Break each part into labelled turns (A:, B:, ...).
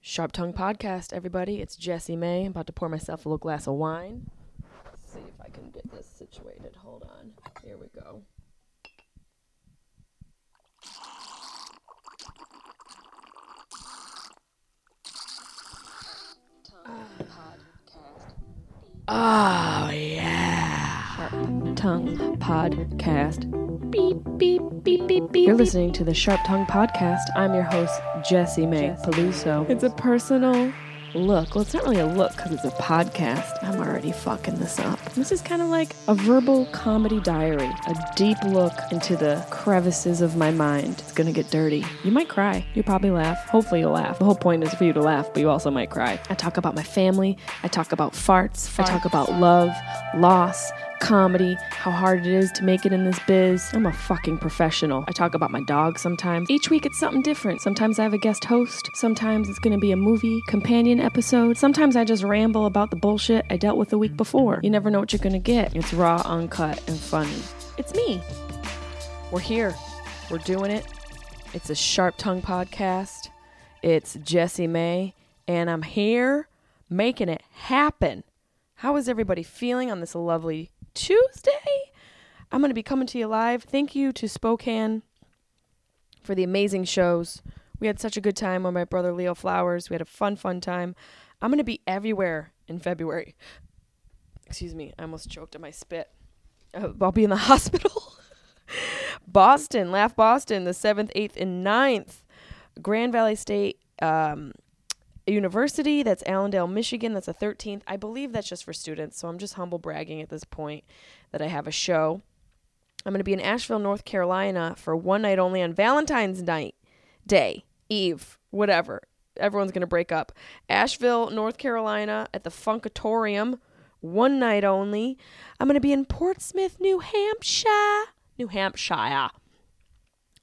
A: Sharp Tongue Podcast, everybody. It's Jesse May. I'm about to pour myself a little glass of wine. see if I can get this situated. Hold on. Here we go. Oh, yeah. Sharp Tongue Podcast. Beep, beep, beep, beep, beep. You're listening to the Sharp Tongue Podcast. I'm your host, Jesse May Peluso. It's a personal look. Well, it's not really a look because it's a podcast. I'm already fucking this up. This is kind of like a verbal comedy diary, a deep look into the crevices of my mind. It's going to get dirty. You might cry. You'll probably laugh. Hopefully, you'll laugh. The whole point is for you to laugh, but you also might cry. I talk about my family. I talk about farts. I talk about love, loss, comedy, how hard it is to make it in this biz. I'm a fucking professional. I talk about my dog sometimes. Each week it's something different. Sometimes I have a guest host. Sometimes it's going to be a movie companion episode. Sometimes I just ramble about the bullshit I dealt with the week before. You never know what you're going to get. It's raw, uncut, and funny. It's me. We're here. We're doing it. It's a Sharp Tongue podcast. It's Jesse May, and I'm here making it happen. How is everybody feeling on this lovely Tuesday? I'm going to be coming to you live. Thank you to Spokane for the amazing shows. We had such a good time on my brother Leo Flowers. We had a fun, fun time. I'm going to be everywhere in February. Excuse me, I almost choked on my spit. Uh, I'll be in the hospital. Boston, Laugh Boston, the 7th, 8th, and 9th. Grand Valley State um, University, that's Allendale, Michigan, that's the 13th. I believe that's just for students, so I'm just humble bragging at this point that I have a show. I'm going to be in Asheville, North Carolina for one night only on Valentine's night, day, eve, whatever. Everyone's going to break up. Asheville, North Carolina at the Funkatorium, one night only. I'm going to be in Portsmouth, New Hampshire. New Hampshire.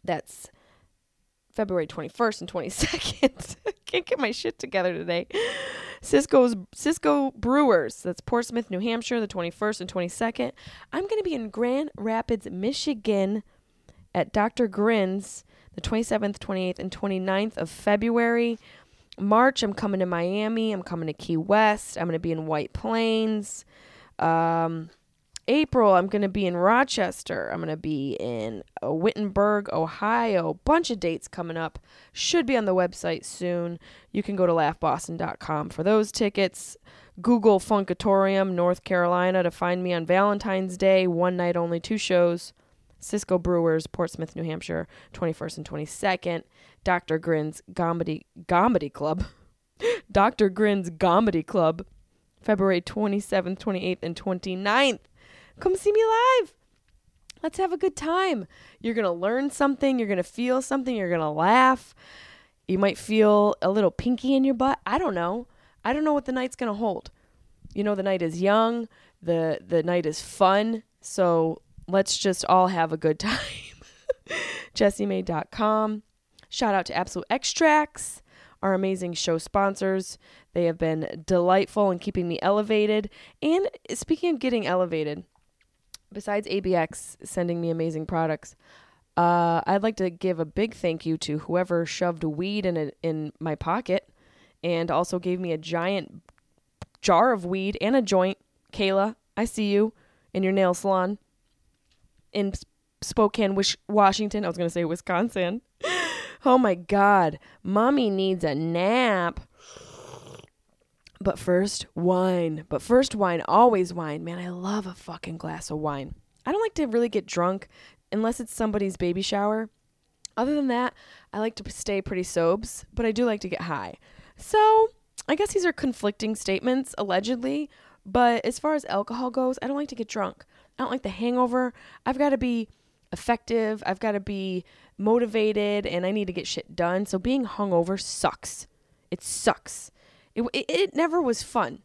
A: That's February 21st and 22nd. I can't get my shit together today. Cisco's Cisco Brewers. That's Portsmouth, New Hampshire, the 21st and 22nd. I'm going to be in Grand Rapids, Michigan at Dr. Grin's the 27th, 28th, and 29th of February. March, I'm coming to Miami. I'm coming to Key West. I'm going to be in White Plains. Um, April, I'm going to be in Rochester. I'm going to be in uh, Wittenberg, Ohio. Bunch of dates coming up. Should be on the website soon. You can go to laughboston.com for those tickets. Google Funkatorium, North Carolina to find me on Valentine's Day. One night only, two shows. Cisco Brewers, Portsmouth, New Hampshire, 21st and 22nd. Dr. Grin's Comedy, Comedy Club. Dr. Grin's Comedy Club, February 27th, 28th, and 29th come see me live. Let's have a good time. You're going to learn something, you're going to feel something, you're going to laugh. You might feel a little pinky in your butt. I don't know. I don't know what the night's going to hold. You know the night is young, the the night is fun, so let's just all have a good time. jessiemay.com. Shout out to Absolute Extracts, our amazing show sponsors. They have been delightful in keeping me elevated. And speaking of getting elevated, besides ABX sending me amazing products, uh, I'd like to give a big thank you to whoever shoved weed in a, in my pocket, and also gave me a giant jar of weed and a joint. Kayla, I see you in your nail salon in S- Spokane, Wish- Washington. I was gonna say Wisconsin. oh my God, mommy needs a nap. But first, wine. But first, wine. Always wine. Man, I love a fucking glass of wine. I don't like to really get drunk unless it's somebody's baby shower. Other than that, I like to p- stay pretty sobes, but I do like to get high. So I guess these are conflicting statements, allegedly. But as far as alcohol goes, I don't like to get drunk. I don't like the hangover. I've got to be effective. I've got to be motivated, and I need to get shit done. So being hungover sucks. It sucks it, it, it never was fun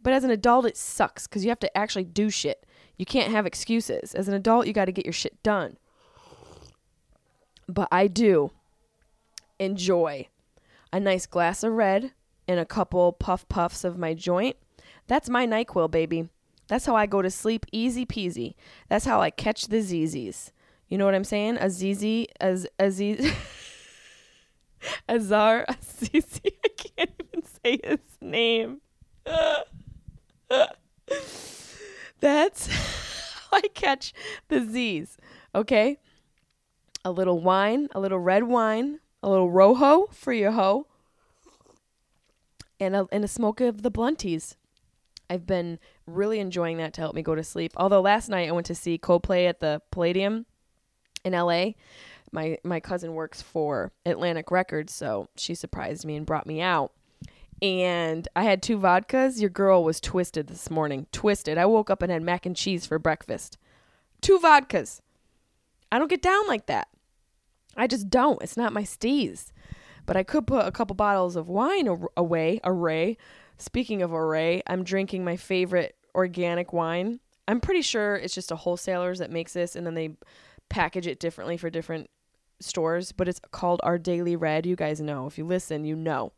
A: but as an adult it sucks because you have to actually do shit you can't have excuses as an adult you got to get your shit done but i do enjoy a nice glass of red and a couple puff puffs of my joint that's my nyquil baby that's how i go to sleep easy peasy that's how i catch the zz's you know what i'm saying a zz as a z Azar Assisi. I can't name. That's how I catch the Z's. Okay? A little wine, a little red wine, a little rojo for your hoe, and a, and a smoke of the blunties. I've been really enjoying that to help me go to sleep. Although last night I went to see Coldplay at the Palladium in LA. My my cousin works for Atlantic Records, so she surprised me and brought me out. And I had two vodkas. Your girl was twisted this morning. Twisted. I woke up and had mac and cheese for breakfast. Two vodkas. I don't get down like that. I just don't. It's not my steez. But I could put a couple bottles of wine a- away. Array. Speaking of array, I'm drinking my favorite organic wine. I'm pretty sure it's just a wholesalers that makes this, and then they package it differently for different stores. But it's called Our Daily Red. You guys know. If you listen, you know.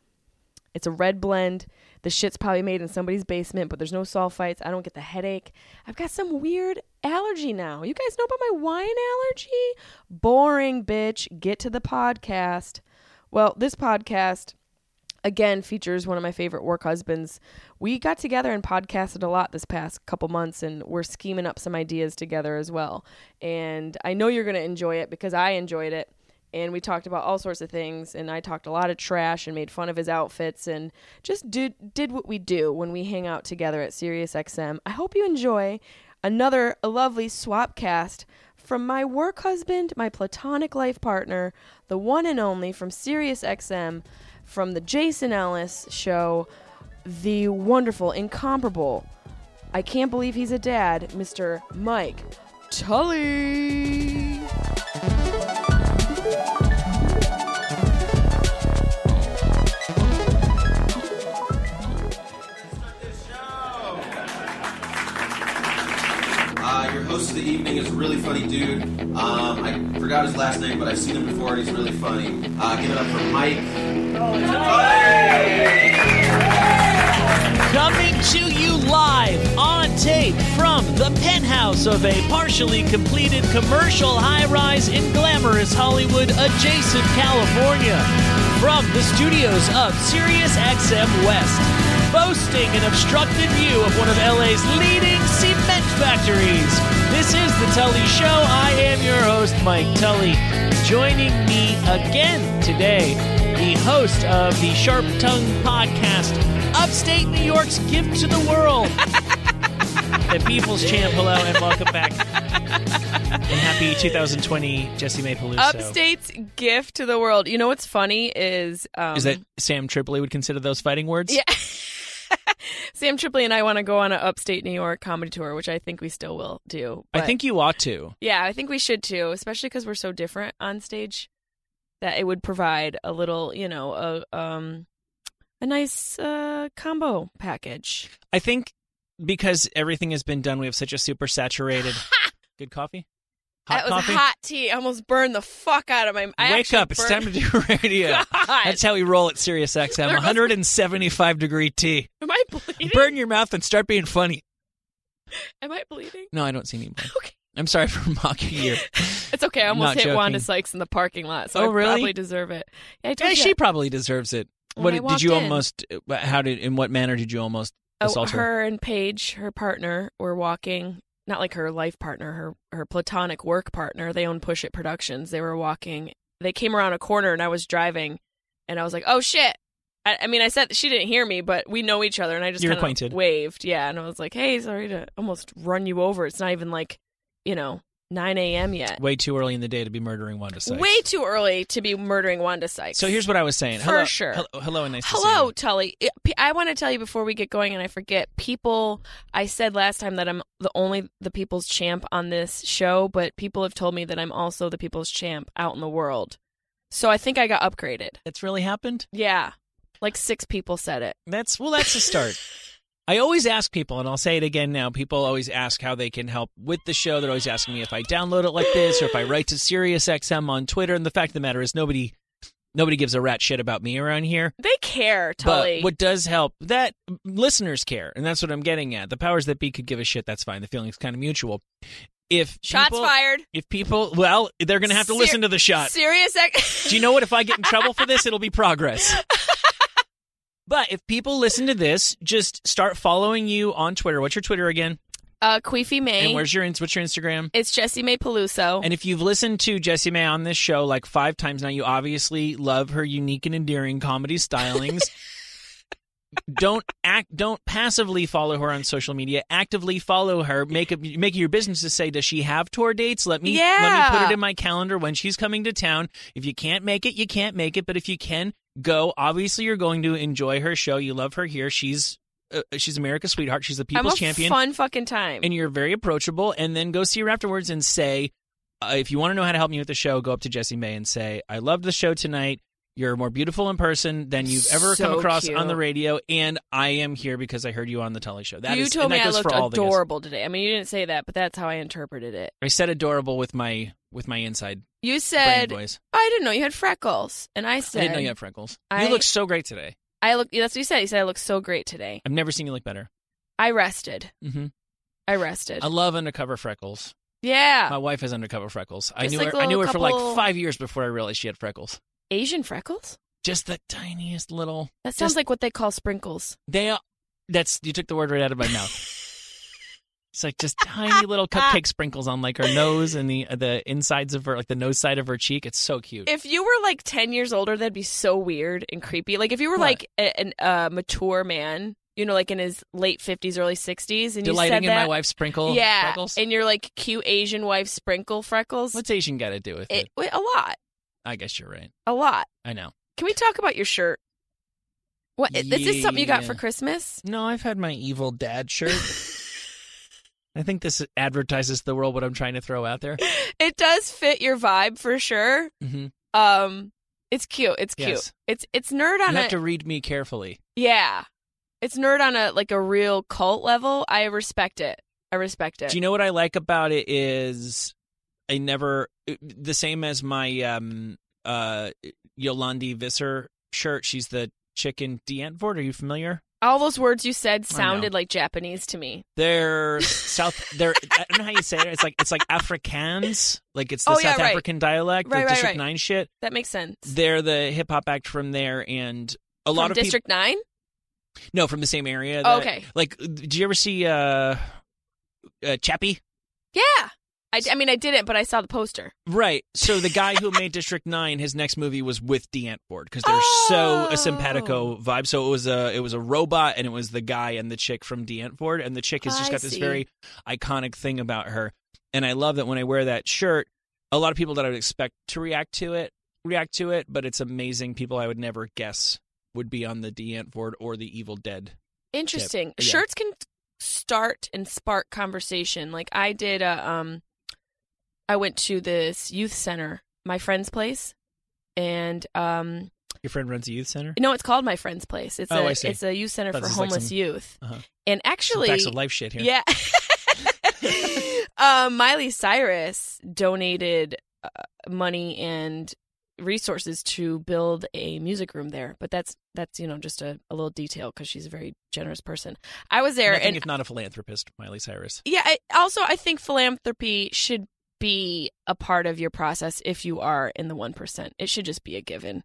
A: It's a red blend. The shit's probably made in somebody's basement, but there's no sulfites. I don't get the headache. I've got some weird allergy now. You guys know about my wine allergy? Boring, bitch. Get to the podcast. Well, this podcast again features one of my favorite work husbands. We got together and podcasted a lot this past couple months and we're scheming up some ideas together as well. And I know you're going to enjoy it because I enjoyed it. And we talked about all sorts of things and I talked a lot of trash and made fun of his outfits and just did did what we do when we hang out together at SiriusXM. I hope you enjoy another lovely swapcast from my work husband, my platonic life partner, the one and only from SiriusXM, from the Jason Ellis show, the wonderful, incomparable, I can't believe he's a dad, Mr. Mike Tully.
B: Uh, your host of the evening is a really funny dude. Um, I forgot his last name, but I've seen him before and he's really funny. Uh, give it up for Mike.
C: Coming to you live on tape from the penthouse of a partially completed commercial high rise in glamorous Hollywood adjacent California. From the studios of Sirius XM West, boasting an obstructed view of one of LA's leading cement factories. This is The Tully Show. I am your host, Mike Tully. Joining me again today, the host of the Sharp Tongue podcast, upstate New York's gift to the world. the People's Champ, hello, and welcome back. And happy 2020, Jesse May Peluso.
A: Upstate's gift to the world. You know what's funny is um,
C: Is that Sam Tripoli would consider those fighting words?
A: Yeah. Sam Tripoli and I want to go on an upstate New York comedy tour, which I think we still will do.
C: I
A: but-
C: think you ought to.
A: Yeah, I think we should too, especially because we're so different on stage that it would provide a little, you know, a um a nice uh combo package.
C: I think because everything has been done, we have such a super saturated. good coffee? Hot
A: that was
C: coffee?
A: hot tea. I almost burned the fuck out of my. I
C: Wake
A: actually
C: up. It's time to
A: burned-
C: do radio.
A: God.
C: That's how we roll at Sirius
A: There
C: XM.
A: goes-
C: 175 degree tea.
A: Am I bleeding?
C: Burn your mouth and start being funny.
A: Am I bleeding?
C: No, I don't see any blood.
A: Okay.
C: I'm sorry for mocking you.
A: It's okay. I almost
C: Not
A: hit Wanda
C: joking.
A: Sykes in the parking lot, so
C: Oh,
A: I
C: really?
A: probably deserve it. Yeah, I told
C: Yeah,
A: you
C: she probably deserves it.
A: When I
C: what did you
A: walked in-
C: almost? How did? In what manner did you almost
A: Oh,
C: assault her?
A: her and Paige, her partner, were walking. Not like her life partner, her her platonic work partner. They own Push It Productions. They were walking. They came around a corner, and I was driving, and I was like, "Oh shit!" I, I mean, I said she didn't hear me, but we know each other, and I just
C: You're
A: kinda
C: acquainted.
A: waved, yeah, and I was like, "Hey, sorry to almost run you over. It's not even like, you know, nine a.m. yet.
C: Way too early in the day to be murdering Wanda Sykes.
A: Way too early to be murdering Wanda Sykes."
C: So here's what I was saying.
A: For
C: hello,
A: sure.
C: Hello, hello and nice to see
A: Hello,
C: you.
A: Tully. I- P- I want to tell you before we get going, and I forget people. I said last time that I'm the only the people's champ on this show, but people have told me that I'm also the people's champ out in the world. So I think I got upgraded.
C: That's really happened.
A: Yeah, like six people said it.
C: That's well. That's a start. I always ask people, and I'll say it again now. People always ask how they can help with the show. They're always asking me if I download it like this or if I write to SiriusXM on Twitter. And the fact of the matter is, nobody, nobody gives a rat shit about me around here.
A: They care, Tully.
C: But what does help that listeners care, and that's what I'm getting at. The powers that be could give a shit. That's fine. The feeling's kind of mutual. If
A: Shots
C: people,
A: fired.
C: If people, well, they're going to have to
A: Ser-
C: listen to the shot.
A: Serious. Ex-
C: Do you know what? If I get in trouble for this, it'll be progress. But if people listen to this, just start following you on Twitter. What's your Twitter again?
A: Uh, Queefy
C: And
A: May.
C: where's your ins- what's your Instagram?
A: It's Jessie May Peluso.
C: And if you've listened to Jessie May on this show like five times now, you obviously love her unique and endearing comedy stylings. don't act don't passively follow her on social media. Actively follow her. Make it make it your business to say, does she have tour dates? Let me let me put
A: Yeah.
C: it in my calendar when she's coming to town. If you can't make it, you can't make it. But if you can go, obviously you're going to enjoy her show. You love her here. She's uh, she's America's sweetheart. She's the
A: I'm
C: people's
A: a
C: champion
A: fun fucking time.
C: and you're very approachable. And then go see her afterwards and say, uh, if you want to know how to help me with the show, go up to Jessie May and say, I loved the show tonight. You're more beautiful in person than you've ever
A: So
C: come across
A: cute.
C: on the radio, and I am here because I heard you on the Tully Show. That is
A: you told
C: and that
A: me I
C: goes for
A: looked
C: all the guests.
A: adorable today. I mean, you didn't say that, but that's how I interpreted it.
C: I said adorable with my with my inside
A: You
C: brain
A: said,
C: voice.
A: I didn't know you had freckles. And I
C: I
A: said,
C: didn't know you had freckles.
A: I-
C: you look so great today.
A: I look, that's what you said. You said, I look so great today.
C: I've never seen you look better.
A: I rested.
C: hmm
A: I rested.
C: I love undercover freckles.
A: yeah.
C: My wife has undercover freckles. I
A: Just
C: knew
A: like
C: her. I knew
A: little
C: her for
A: couple-
C: like five years before I realized she had freckles.
A: Asian freckles?
C: Just the tiniest little.
A: That sounds
C: Just-
A: like what they call sprinkles.
C: They are. That's you took the word right out of my mouth. It's like just tiny little cupcake sprinkles on like her nose and the the insides of her like the nose side of her cheek. It's so cute.
A: If you were like 10 years older, that'd be so weird and creepy. Like if you were
C: What?
A: like a, an, uh, mature man, you know, like in his late 50s, early 60s, and you
C: Delighting
A: said
C: in
A: that.
C: my wife's sprinkle.
A: yeah.
C: freckles.
A: And your like cute Asian wife sprinkle freckles.
C: What's Asian got to do with it,
A: It, wait, a lot.
C: I guess you're right.
A: A lot.
C: I know.
A: Can we talk about your shirt? What this is something you got
C: Yeah.
A: for Christmas?
C: No, I've had my evil dad shirt. I think this advertises to the world what I'm trying to throw out there.
A: It does fit your vibe for sure.
C: hmm
A: Um it's cute. It's cute.
C: Yes.
A: It's it's nerd
C: You
A: on a
C: have to read me carefully.
A: Yeah. It's nerd on a like a real cult level. I respect it. I respect it.
C: Do you know what I like about it is I never the same as my um uh Yolandi Visser shirt. She's the chicken D'Antwoord. Are you familiar?
A: All those words you said sounded like Japanese to me.
C: They're South. They're I don't know how you say it. It's like it's like Afrikaans. Like it's the
A: Oh, yeah,
C: South
A: right.
C: African dialect.
A: Right,
C: the
A: right,
C: District
A: right.
C: Nine shit.
A: That makes sense.
C: They're the hip hop act from there, and a
A: From
C: lot of
A: District 9?
C: people. No, from the same area. that-
A: okay.
C: Like, did you ever see uh, uh Chappie?
A: Yeah. I, d- I mean I didn't, but I saw the poster.
C: Right. So the guy who made District Nine, his next movie was with D'Antwoord because they're
A: Oh.
C: so a simpatico vibe. So it was a it was a robot, and it was the guy and the chick from D'Antwoord, and the chick has just
A: I
C: got this
A: see.
C: very iconic thing about her. And I love that when I wear that shirt, a lot of people that I would expect to react to it react to it, but it's amazing people I would never guess would be on the D'Antwoord or the Evil Dead.
A: Interesting.
C: Yeah.
A: Shirts can start and spark conversation. Like I did a um I went to this youth center, my friend's place, and um
C: Your friend runs a youth center.
A: no, it's called my friend's place. It's
C: Oh,
A: a
C: I see.
A: it's a youth center
C: Thought
A: for
C: this was like
A: homeless
C: some-
A: youth.
C: Uh-huh.
A: And
C: Some
A: actually
C: facts of life shit here.
A: Yeah. um, Miley Cyrus donated uh, money and resources to build a music room there, but that's that's you know just a, a little detail because she's a very generous person. I was there,
C: Nothing
A: and
C: if not a philanthropist, Miley Cyrus.
A: yeah. I, also, I think philanthropy should be a part of your process if you are in the one percent. It should just be a given.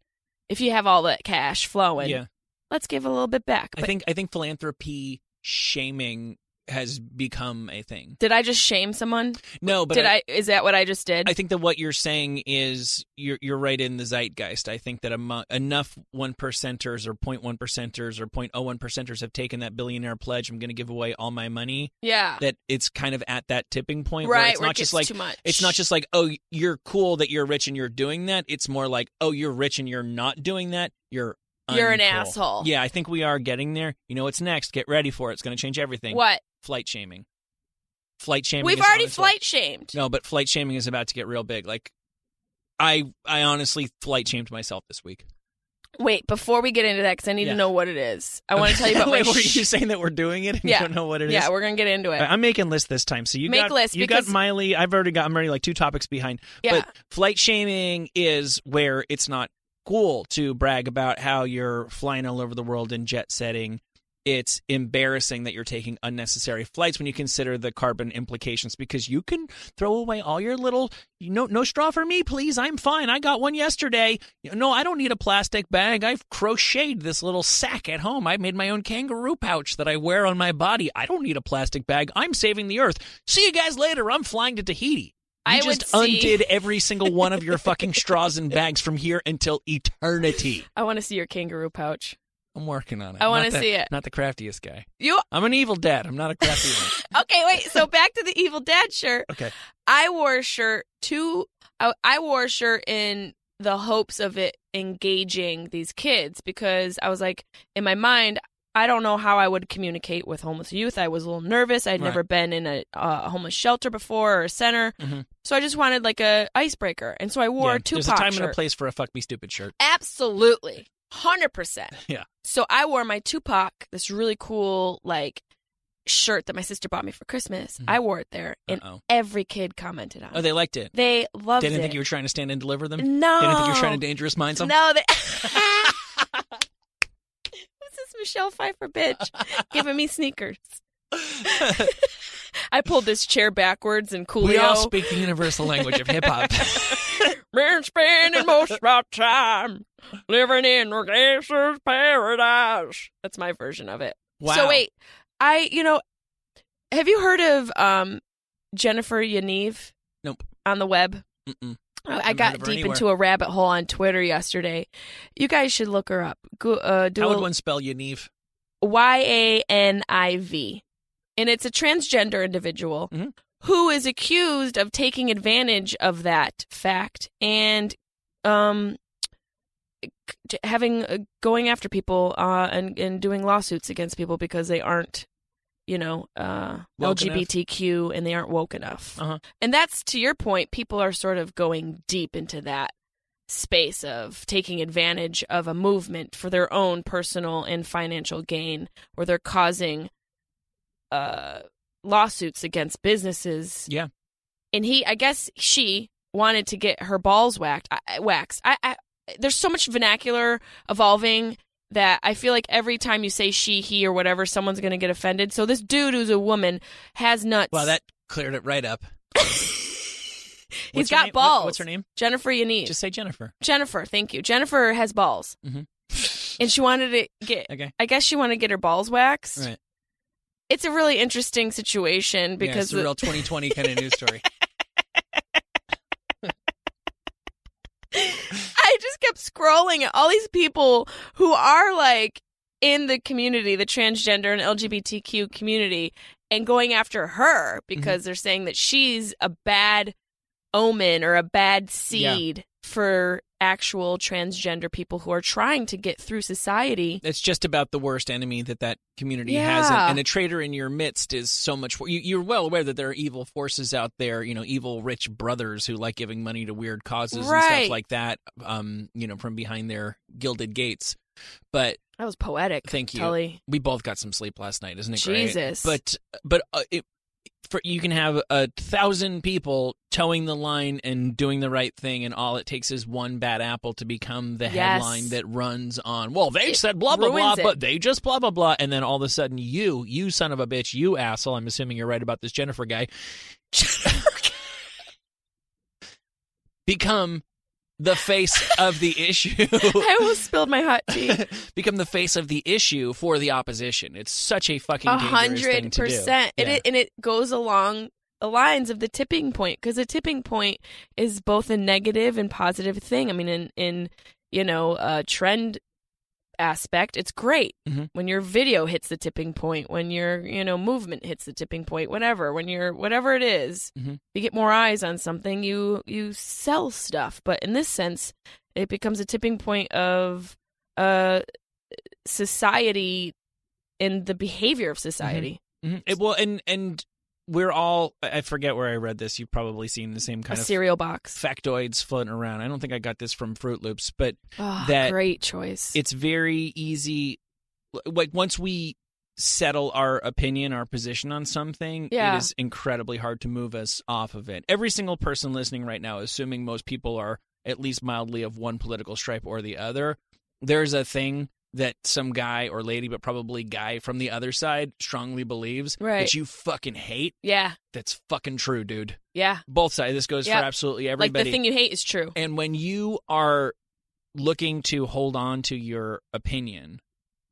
A: If you have all that cash flowing,
C: yeah.
A: let's give a little bit back.
C: I
A: But
C: think I think philanthropy shaming has become a thing.
A: did I just shame someone?
C: No, but
A: did
C: I,
A: I, Is that what I just did?
C: I think that what you're saying is you're you're right in the zeitgeist. I think that amo- enough one percenters or 0.1 percenters or 0.01 percenters have taken that billionaire pledge. I'm going to give away all my money.
A: yeah.
C: That it's kind of at that tipping point
A: right.
C: where it's
A: where
C: not
A: it gets
C: just like
A: too much.
C: it's not just like oh you're cool that you're rich and you're doing that. It's more like oh you're rich and you're not doing that. You're
A: You're an
C: uncool.
A: asshole.
C: Yeah, I think we are getting there. You know what's next? Get ready for it. It's going to change everything.
A: What?
C: flight shaming. Flight shaming.
A: We've
C: is on
A: already
C: its way.
A: flight shamed.
C: No, but flight shaming is about to get real big. Like, I I honestly flight shamed myself this week.
A: Wait, before we get into that, because I need
C: Yeah.
A: to know what it is. I want to tell you about
C: Wait,
A: my.
C: were
A: sh-
C: you saying that we're doing it and
A: Yeah.
C: you don't know what it is?
A: yeah, we're gonna get into it.
C: I- I'm making lists this time, so you
A: Make
C: got
A: lists
C: you
A: because-
C: got Miley. I've already got I'm already like two topics behind.
A: yeah,
C: But flight shaming is where it's not cool to brag about how you're flying all over the world and jet setting it's embarrassing that you're taking unnecessary flights when you consider the carbon implications because you can throw away all your little you know no straw for me please i'm fine i got one yesterday no i don't need a plastic bag i've crocheted this little sack at home i made my own kangaroo pouch that i wear on my body i don't need a plastic bag i'm saving the earth see you guys later i'm flying to tahiti you
A: I would
C: just
A: see-
C: undid every single one of your fucking straws and bags from here until eternity.
A: I want to see your kangaroo pouch.
C: I'm working on it.
A: I
C: I'm
A: wanna
C: not the-
A: see it.
C: Not the craftiest guy.
A: You
C: I'm an evil dad. I'm not a crafty one.
A: okay? Wait. So back to the evil dad shirt.
C: Okay.
A: I wore a shirt to I, I wore a shirt in the hopes of it engaging these kids because I was like in my mind I don't know how I would communicate with homeless youth. I was a little nervous. I'd
C: Right.
A: never been in a uh, homeless shelter before or a center,
C: Mhm.
A: so I just wanted like a icebreaker. And so I wore
C: Yeah,
A: a Tupac
C: There's a time
A: shirt.
C: and a place for a fuck me stupid shirt.
A: Absolutely. 100%.
C: Yeah.
A: So I wore my Tupac, this really cool, like, shirt that my sister bought me for Christmas.
C: Mhm.
A: I wore it there, and
C: Uh-oh.
A: every kid commented on
C: Oh,
A: it.
C: they liked it.
A: They loved
C: They didn't
A: it.
C: think you were trying to stand and deliver them.
A: No.
C: They didn't think you were trying to dangerous minds them.
A: Oh. No, they. Who's this Michelle Pfeiffer bitch giving me sneakers? I pulled this chair backwards and Coolio.
C: we all speak the universal language of hip hop.
A: Been spending most of my time living in the gangster's paradise. That's my version of it.
C: Wow.
A: So wait, I you know, have you heard of um Jennifer Yaniv?
C: Nope.
A: On the web,
C: Mm-mm.
A: I- I
C: Haven't heard
A: got
C: of her
A: deep
C: anywhere.
A: into a rabbit hole on Twitter yesterday. You guys should look her up. Go, uh, do
C: How would
A: a-
C: one spell Yaniv?
A: Y A N I V. And it's a transgender individual
C: Mhm.
A: who is accused of taking advantage of that fact and um c- having uh, going after people uh and and doing lawsuits against people because they aren't you know uh
C: Woke enough.
A: LGBTQ and they aren't woke enough.
C: Uh-huh.
A: And that's to your point people are sort of going deep into that space of taking advantage of a movement for their own personal and financial gain, where they're causing uh, lawsuits against businesses.
C: Yeah.
A: and he, I guess, she wanted to get her balls whacked. I- I, waxed. I, I, there's so much vernacular evolving that I feel like every time you say she, he, or whatever, someone's going to get offended. So this dude who's a woman has nuts.
C: Wow, that cleared it right up.
A: He's
C: What's her
A: got
C: name? What-
A: balls.
C: What's her name?
A: Jennifer Yaneve.
C: Just say Jennifer.
A: Jennifer, thank you. Jennifer has balls.
C: Mhm.
A: And she wanted to get,
C: Okay.
A: I guess she wanted to get her balls waxed.
C: Right.
A: It's a really interesting situation
C: yeah, it's
A: because
C: a real 2020 kind of news story.
A: I just kept scrolling at all these people who are like in the community, the transgender and LGBTQ community, and going after her
C: Mm-hmm.
A: because they're saying that she's a bad omen or a bad seed for actual transgender people who are trying to get through society.
C: It's just about the worst enemy that that community has,
A: Yeah.
C: and, and a traitor in your midst is so much. wor- You, you're well aware that there are evil forces out there, you know, evil rich brothers who like giving money to weird causes and
A: Right.
C: stuff like that. Um, you know, from behind their gilded gates. But
A: That was poetic.
C: Thank you.
A: Tully.
C: we both got some sleep last night, isn't it great?
A: Jesus.
C: But but uh, it, for you can have a thousand people towing the line and doing the right thing, and all it takes is one bad apple to become the
A: Yes.
C: headline that runs on. Well, they
A: It
C: said blah blah blah,
A: ruins it.
C: but they just blah blah blah, and then all of a sudden, you you son of a bitch, you asshole. I'm assuming you're right about this Jennifer guy. become the face of the issue.
A: I almost spilled my hot tea.
C: become the face of the issue for the opposition. It's such a fucking
A: A
C: dangerous thing
A: hundred
C: to do.
A: percent. And
C: Yeah.
A: it and it goes along the lines of the tipping point because the tipping point is both a negative and positive thing. I mean, in in you know uh, trend aspect, it's great
C: Mhm.
A: when your video hits the tipping point, when your you know movement hits the tipping point, whatever. When you're whatever it is,
C: Mhm.
A: you get more eyes on something. You you sell stuff, but in this sense, it becomes a tipping point of uh society and the behavior of society.
C: Mhm. It- well, and and we're all. I I forget where I read this. You've probably seen the same kind
A: a
C: of
A: cereal box.
C: factoids floating around. I don't think I got this from Fruit Loops, but
A: Oh,
C: that
A: great choice.
C: it's very easy. Like once we settle our opinion, our position on something,
A: Yeah.
C: it is incredibly hard to move us off of it. Every single person listening right now, assuming most people are at least mildly of one political stripe or the other, there's a thing that some guy or lady, but probably guy from the other side, strongly believes
A: Right.
C: that you fucking hate,
A: Yeah.
C: that's fucking true, dude.
A: Yeah.
C: Both sides. This goes
A: Yep.
C: for absolutely
A: Like
C: everybody.
A: the thing you hate is true.
C: And when you are looking to hold on to your opinion,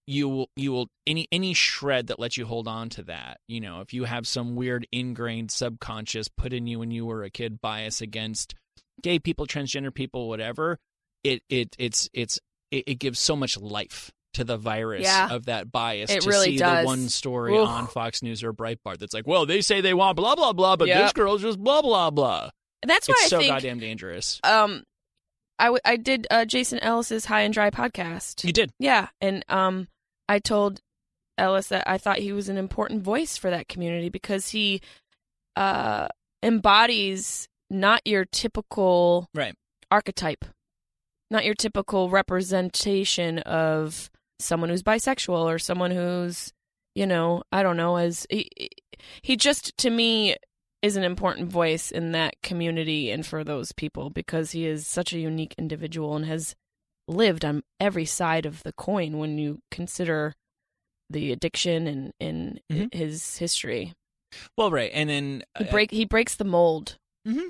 C: you will you will any any shred that lets you hold on to that, you know, if you have some weird ingrained subconscious put in you when you were a kid bias against gay people, transgender people, whatever, it it it's it's it, it gives so much life to the virus
A: Yeah.
C: of that bias
A: It
C: to
A: really
C: see
A: does.
C: the one story
A: Oof.
C: on Fox News or Breitbart that's like, well, they say they want blah blah blah, but this
A: Yep.
C: girl's just blah blah blah.
A: And that's why
C: It's
A: I
C: so
A: think
C: goddamn dangerous.
A: um I, w- I did uh, Jason Ellis's High and Dry podcast.
C: You did.
A: Yeah, and um, I told Ellis that I thought he was an important voice for that community because he uh, embodies not your typical
C: Right.
A: archetype, not your typical representation of someone who's bisexual or someone who's you know I don't know as he, he just to me is an important voice in that community and for those people because he is such a unique individual and has lived on every side of the coin when you consider the addiction and, and
C: Mhm.
A: his history.
C: Well, right, and then
A: He
C: uh,
A: break he breaks the mold.
C: Mhm.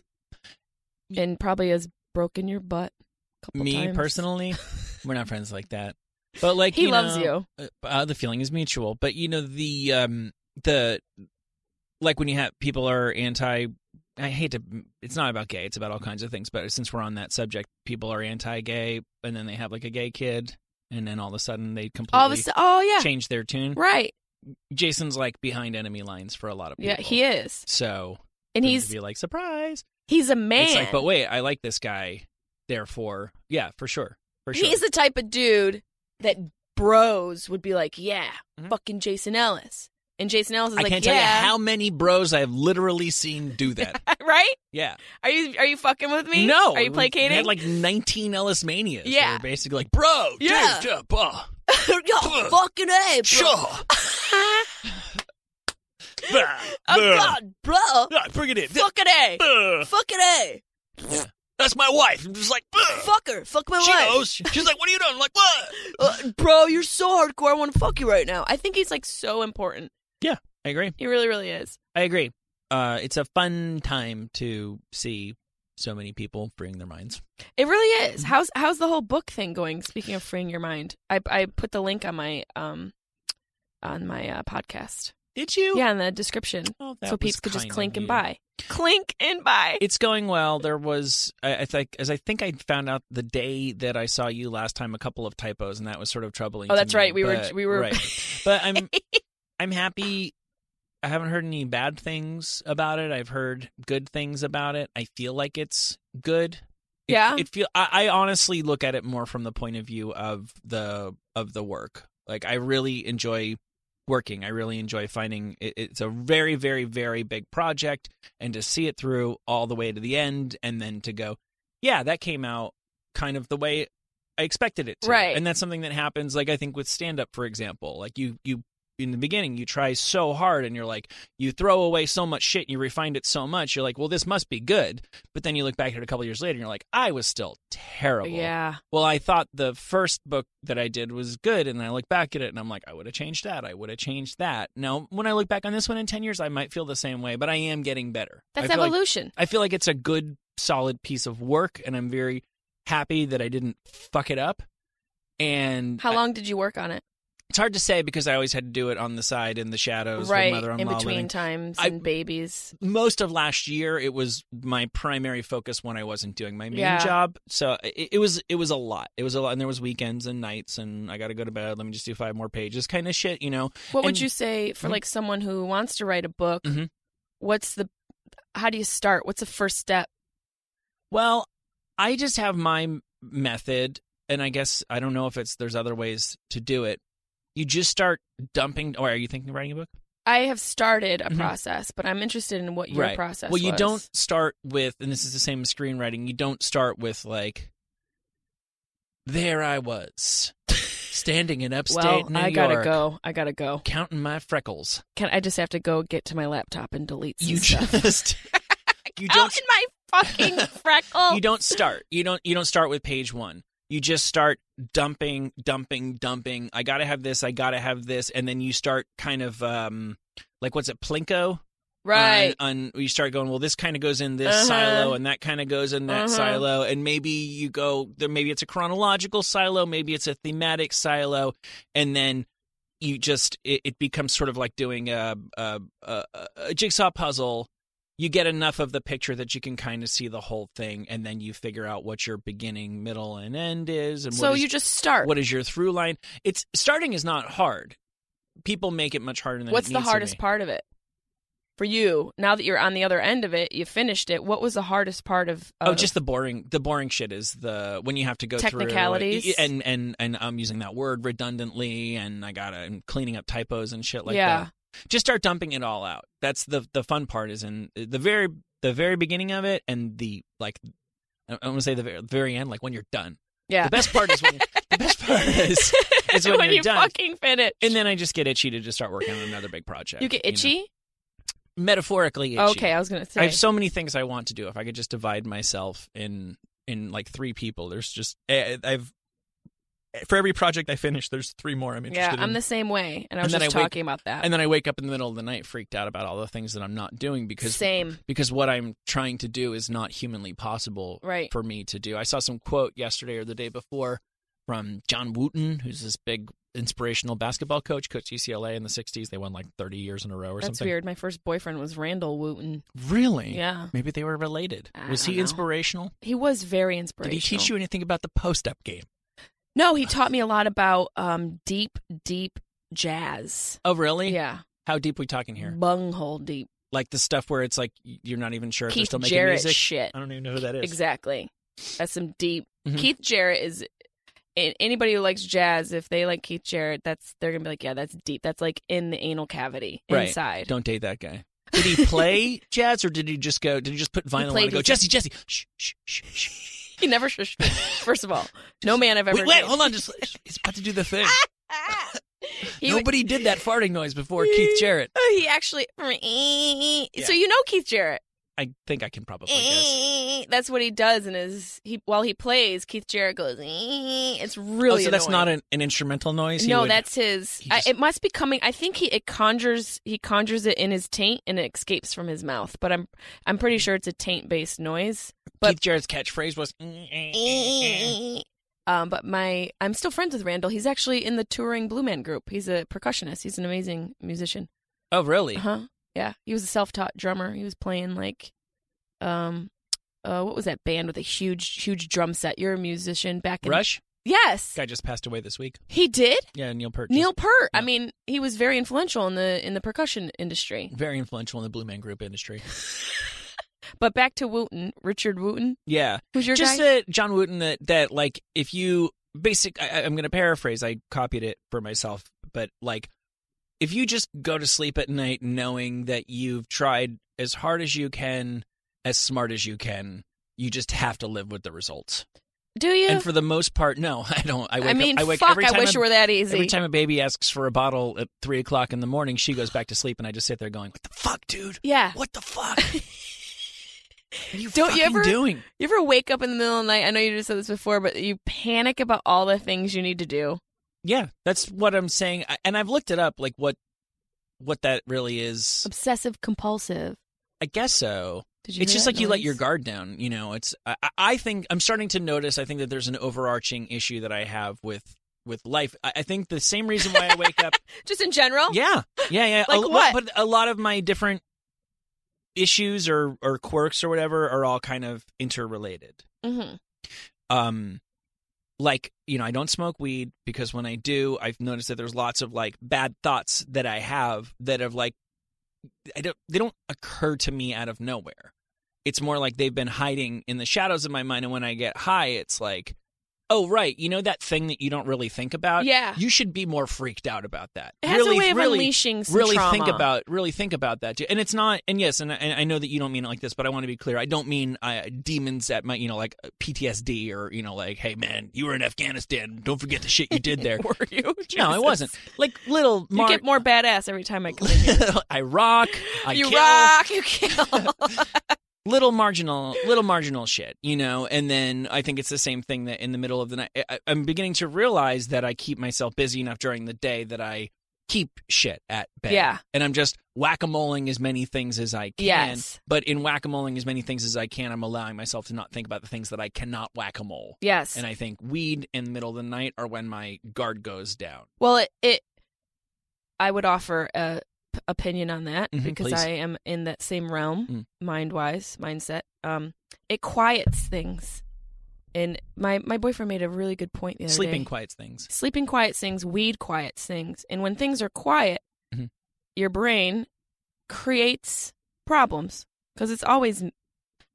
A: And probably has broken your butt a couple
C: me
A: times.
C: personally, we're not friends like that. But like
A: He
C: you
A: loves
C: know,
A: you.
C: uh, uh, the feeling is mutual. But you know the um the like when you have people are anti. I hate to. It's not about gay. It's about all kinds of things. But since we're on that subject, people are anti-gay, and then they have like a gay kid, and then all of a sudden they completely
A: All of a sudden, oh yeah.
C: change their tune.
A: Right.
C: Jason's like behind enemy lines for a lot of people.
A: Yeah, he is.
C: So
A: And
C: for them
A: he's
C: to be like surprise.
A: he's a man.
C: It's like, but wait, I like this guy. Therefore, yeah, for sure, for sure.
A: He's the type of dude that bros would be like, yeah,
C: Mhm.
A: fucking Jason Ellis. And Jason Ellis is
C: I
A: like,
C: can't tell
A: yeah,
C: you how many bros I have literally seen do that.
A: right?
C: Yeah.
A: Are you are you fucking with me?
C: No.
A: Are you placating?
C: We had like 19 Ellis Manias.
A: Yeah.
C: They were basically like, bro,
A: Yeah.
C: yeah. Dude, dude, bro,
A: Yo, fucking A, bro.
C: sure. Bro,
A: I'm
C: bro.
A: Oh, God, bro.
C: Yeah, Bring it in.
A: Fucking A.
C: Bro.
A: Fucking A.
C: That's my wife. I'm just like, bro.
A: Fuck her. Fuck my
C: she
A: wife.
C: knows. She's like, what are you doing? I'm like, what?
A: Uh, bro, you're so hardcore. I want to fuck you right now. I think he's like so important.
C: I agree.
A: He really, really is.
C: I agree. Uh, it's a fun time to see so many people freeing their minds.
A: It really is. How's how's the whole book thing going? Speaking of freeing your mind, I I put the link on my um on my uh, podcast.
C: Did you?
A: Yeah, in the description,
C: Oh, that
A: so
C: was
A: peeps could just
C: kind of
A: clink and
C: you.
A: buy. Clink and buy.
C: It's going well. There was, I, I think, as I think I found out the day that I saw you last time, a couple of typos, and that was sort of troubling.
A: Oh,
C: to
A: that's
C: me,
A: right. We were
C: but-
A: we were.
C: right. But I'm, I'm happy. I haven't heard any bad things about it. I've heard good things about it. I feel like it's good. It-
A: Yeah.
C: It, feel. I, I honestly look at it more from the point of view of the of the work. Like I really enjoy working. I really enjoy finding. It, it's a very, very, very big project, and to see it through all the way to the end, and then to go, yeah, that came out kind of the way I expected it to.
A: Right.
C: And that's something that happens, like I think with stand up, for example. Like you, you in the beginning, you try so hard, and you're like, you throw away so much shit, and you refined it so much. You're like, well, this must be good. But then you look back at it a couple years later, and you're like, I was still terrible.
A: yeah.
C: Well, I thought the first book that I did was good, and I look back at it and I'm like, I would have changed that. I would have changed that. Now, when I look back on this one in 10 years, I might feel the same way, but I am getting better.
A: That's
C: I feel like-
A: evolution.
C: I feel like it's a good, solid piece of work, and I'm very happy that I didn't fuck it up. And
A: How long did you work on it?
C: it's hard to say because I always had to do it on the side in the shadows,
A: right
C: With mother-in-law
A: in between
C: living.
A: times
C: I-
A: and babies.
C: most of last year it was my primary focus when I wasn't doing my main
A: Yeah.
C: job. So it, it was it was a lot. It was a lot, and there was weekends and nights, and I got to go to bed. Let me just do five more pages, kind of shit, you know.
A: What would
C: And-
A: you say for
C: Mhm.
A: like someone who wants to write a book?
C: Mhm.
A: What's the how do you start? What's the first step?
C: Well, I just have my m- method, and I guess I don't know if it's there's other ways to do it. You just start dumping. Or are you thinking of writing a book?
A: I have started a
C: Mhm.
A: process, but I'm interested in what your
C: Right.
A: process.
C: Well, you
A: was.
C: don't start with, and this is the same as screenwriting. You don't start with like, there I was, standing in upstate
A: Well,
C: New
A: I gotta
C: York,
A: go. I gotta go.
C: counting my freckles.
A: Can I just have to go get to my laptop and delete some
C: You
A: stuff?
C: just, you
A: Out
C: don't,
A: in my fucking freckle.
C: you don't start. You don't, you don't start with page one. You just start dumping, dumping, dumping. I gotta have this. I gotta have this, and then you start kind of um, like what's it, plinko?
A: Right.
C: On, on- you start going, well, this kind of goes in this
A: Uh-huh.
C: silo, and that kind of goes in that
A: Uh-huh.
C: silo, and maybe you go there. Maybe it's a chronological silo, maybe it's a thematic silo, and then you just it, it becomes sort of like doing a, a, a, a jigsaw puzzle. You get enough of the picture that you can kind of see the whole thing, and then you figure out what your beginning, middle, and end is, and
A: so
C: what is
A: you just start.
C: what is your through line. It's starting is not hard. People make it much harder than it
A: What's the
C: needs to
A: hardest
C: be.
A: part of it for you? Now that you're on the other end of it, you finished it. What was the hardest part of?
C: Oh,
A: of-
C: just the boring. The boring shit is the when you have to go through
A: Technicalities.
C: it, and and and I'm using that word redundantly, and I gotta and cleaning up typos and shit like
A: Yeah.
C: that. Just start dumping it all out. That's the the fun part is in the very the very beginning of it, and the like. I want to say the very, the very end, like when you're done.
A: yeah.
C: The best part is when the best part is, is when,
A: when
C: you're
A: you
C: done,
A: fucking finish,
C: and then I just get itchy to just start working on another big project.
A: you get
C: know?
A: itchy.
C: metaphorically itchy.
A: Okay, I was gonna say.
C: I have so many things I want to do. If I could just divide myself in in like three people, there's just I- I've eh, for every project I finish, there's three more I'm
A: yeah,
C: interested
A: I'm
C: in.
A: the same way, and I
C: And
A: was
C: then
A: just
C: I wake-
A: talking about that.
C: and then I wake up in the middle of the night freaked out about all the things that I'm not doing because
A: same.
C: because what I'm trying to do is not humanly possible
A: Right.
C: for me to do. I saw some quote yesterday or the day before from John Wooten, who's this big inspirational basketball coach, coached UCLA in the 60s. They won like 30 years in a row or
A: That's
C: something.
A: weird. My first boyfriend was Randall Wooten.
C: Really?
A: Yeah,
C: Maybe they were related.
A: I
C: was he
A: don't know.
C: inspirational?
A: he was very
C: Did
A: inspirational.
C: he teach you anything about the post up game?
A: No, he taught me a lot about um, deep, deep jazz.
C: Oh, really?
A: Yeah, Mm-hmm.
C: How deep we talking here?
A: bunghole deep.
C: Like the stuff where it's like y- you're not even sure if they're
A: Keith
C: still making
A: Jarrett
C: music.
A: shit.
C: I don't even know who that is.
A: Exactly. That's some deep.
C: Mhm.
A: Keith Jarrett is. a- Anybody who likes jazz, if they like Keith Jarrett, that's they're gonna be like, yeah, that's deep. That's like in the anal cavity
C: Right.
A: inside.
C: Don't date that guy. Did he play jazz or did he just go? Did he just put vinyl on
A: played
C: and go?
A: with-
C: Jesse, Jesse, shh, shh, shh, shh.
A: He never shushed. me. First of all, no man I've ever.
C: Wait, wait,
A: dated-
C: hold on. Just he's about to do the thing.
A: He,
C: Nobody did that farting noise before Keith Jarrett.
A: he actually. So you know Keith Jarrett.
C: I think I can
A: Eh,
C: probably Oh, guess.
A: That's what he does, and is he while he plays, Keith Jarrett goes. It's really.
C: oh, so that's
A: annoying.
C: not an, an instrumental noise. He
A: no,
C: would-
A: that's his.
C: he
A: I,
C: just-
A: it must be coming. I think he it conjures he conjures it in his taint and it escapes from his mouth. But I'm I'm pretty sure it's a taint based noise. but-
C: Keith Jarrett's catchphrase was. "Mm, eh, eh, eh."
A: Um, but my I'm still friends with Randall. He's actually in the touring Blue Man group. He's a percussionist. He's an amazing musician.
C: Oh, really?
A: Uh huh. Yeah, he was a self taught drummer. He was playing like, um, uh, what was that band with a huge huge drum set? You're a musician back in
C: Rush
A: Yes,
C: guy just passed away this week.
A: he did.
C: Yeah, Neil Peart.
A: Neil Peart. I
C: Yeah.
A: mean, he was very influential in the in the percussion industry.
C: very influential in the Blue Man Group industry.
A: But back to Wooten, Richard Wooten,
C: Yeah,
A: who's your
C: just
A: guy?
C: that John Wooten that, that like if you basic, I, I- I'm going to paraphrase. I copied it for myself, but like if you just go to sleep at night knowing that you've tried as hard as you can, as smart as you can. You just have to live with the results,
A: Do you?
C: and for the most part, no, I don't. I, wake
A: I mean,
C: up, I wake
A: fuck!
C: every time
A: I wish
C: a-
A: it were that easy.
C: Every time a baby asks for a bottle at three o'clock in the morning, she goes back to sleep, and I just sit there going, "What the fuck, dude?
A: yeah.
C: What the fuck? What are you
A: Don't you
C: fucking
A: ever-
C: doing?
A: You ever wake up in the middle of the night? I know you just said this before, but you panic about all the things you need to do.
C: Yeah, that's what I'm saying, I- and I've looked it up, like what what that really is.
A: Obsessive compulsive.
C: I guess so.
A: Did you?
C: It's
A: hear
C: just
A: that
C: like you let
A: noise?
C: your guard down. You know, it's I, I- I think I'm starting to notice. I think that there's an overarching issue that I have with with life. I, I think the same reason why I wake up.
A: Just in general.
C: Yeah, yeah, yeah.
A: Like
C: a,
A: what?
C: But a lot of my different issues or or quirks or whatever are all kind of interrelated.
A: Mm-hmm.
C: um like you know i don't smoke weed because when i do i've noticed that there's lots of like bad thoughts that i have that have like i don't they don't occur to me out of nowhere it's more like they've been hiding in the shadows of my mind and when i get high it's like oh right you know that thing that you don't really think about
A: Yeah.
C: Uh, you should be more freaked out about that
A: It has
C: really
A: a way of
C: really
A: unleashing some
C: really
A: trauma.
C: think about really think about that too. and it's not and yes and I, and I know that you don't mean it like this but i want to be clear i don't mean uh, demons at my you know like ptsd or you know like hey man you were in afghanistan don't forget the shit you did there
A: Were you?
C: no i
A: Jesus.
C: wasn't like little
A: You
C: Mar-
A: get more badass every time I come in here.
C: i rock i
A: you
C: kill
A: rock. You kill.
C: little marginal little marginal shit you know and then i think it's the same thing that in the middle of the night I, i'm beginning to realize that i keep myself busy enough during the day that i keep shit at bay
A: Yeah.
C: and i'm just whack-a-moling as many things as i can
A: Yes.
C: but in whack-a-moling as many things as i can i'm allowing myself to not think about the things that i cannot whack-a-mole
A: Yes.
C: and i think weed in the middle of the night are when my guard goes down
A: Well, it, it I would offer a p- opinion on that
C: Mhm,
A: because
C: please.
A: I am in that same realm,
C: Mm.
A: mind-wise, mindset. Um, it quiets things, and my my boyfriend made a really good point the other
C: sleeping
A: day.
C: quiets things
A: Sleeping quiets things. Weed quiets things, and when things are quiet,
C: Mhm.
A: your brain creates problems because it's always m-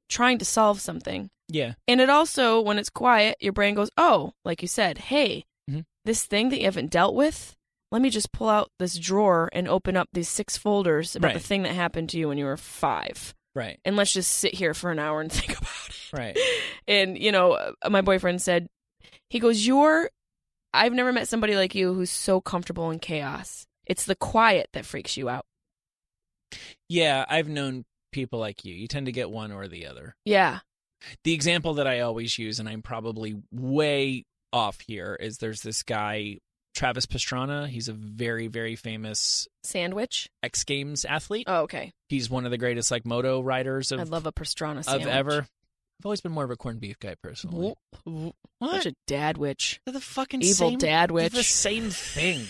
A: trying to solve something.
C: yeah
A: And it also, when it's quiet, your brain goes, oh, like you said, hey,
C: Mhm.
A: this thing that you haven't dealt with, let me just pull out this drawer and open up these six folders about the
C: Right.
A: thing that happened to you when you were five.
C: right
A: And let's just sit here for an hour and think about it
C: right
A: and you know uh, my boyfriend said he goes you're i've never met somebody like you who's so comfortable in chaos it's the quiet that freaks you out
C: Yeah, I've known people like you. You tend to get one or the other.
A: yeah
C: The example that I always use, and I'm probably way off here, is there's this guy, Travis Pastrana. He's a very, very famous
A: sandwich
C: X Games athlete.
A: oh okay
C: He's one of the greatest like moto riders
A: i
C: of,
A: love a pastrana
C: of
A: sandwich
C: ever. I've always been more of a corned beef guy personally.
A: Wh- wh-
C: What?
A: such a dad witch
C: They're the fucking
A: evil
C: same.
A: dad
C: they're
A: witch
C: the same thing.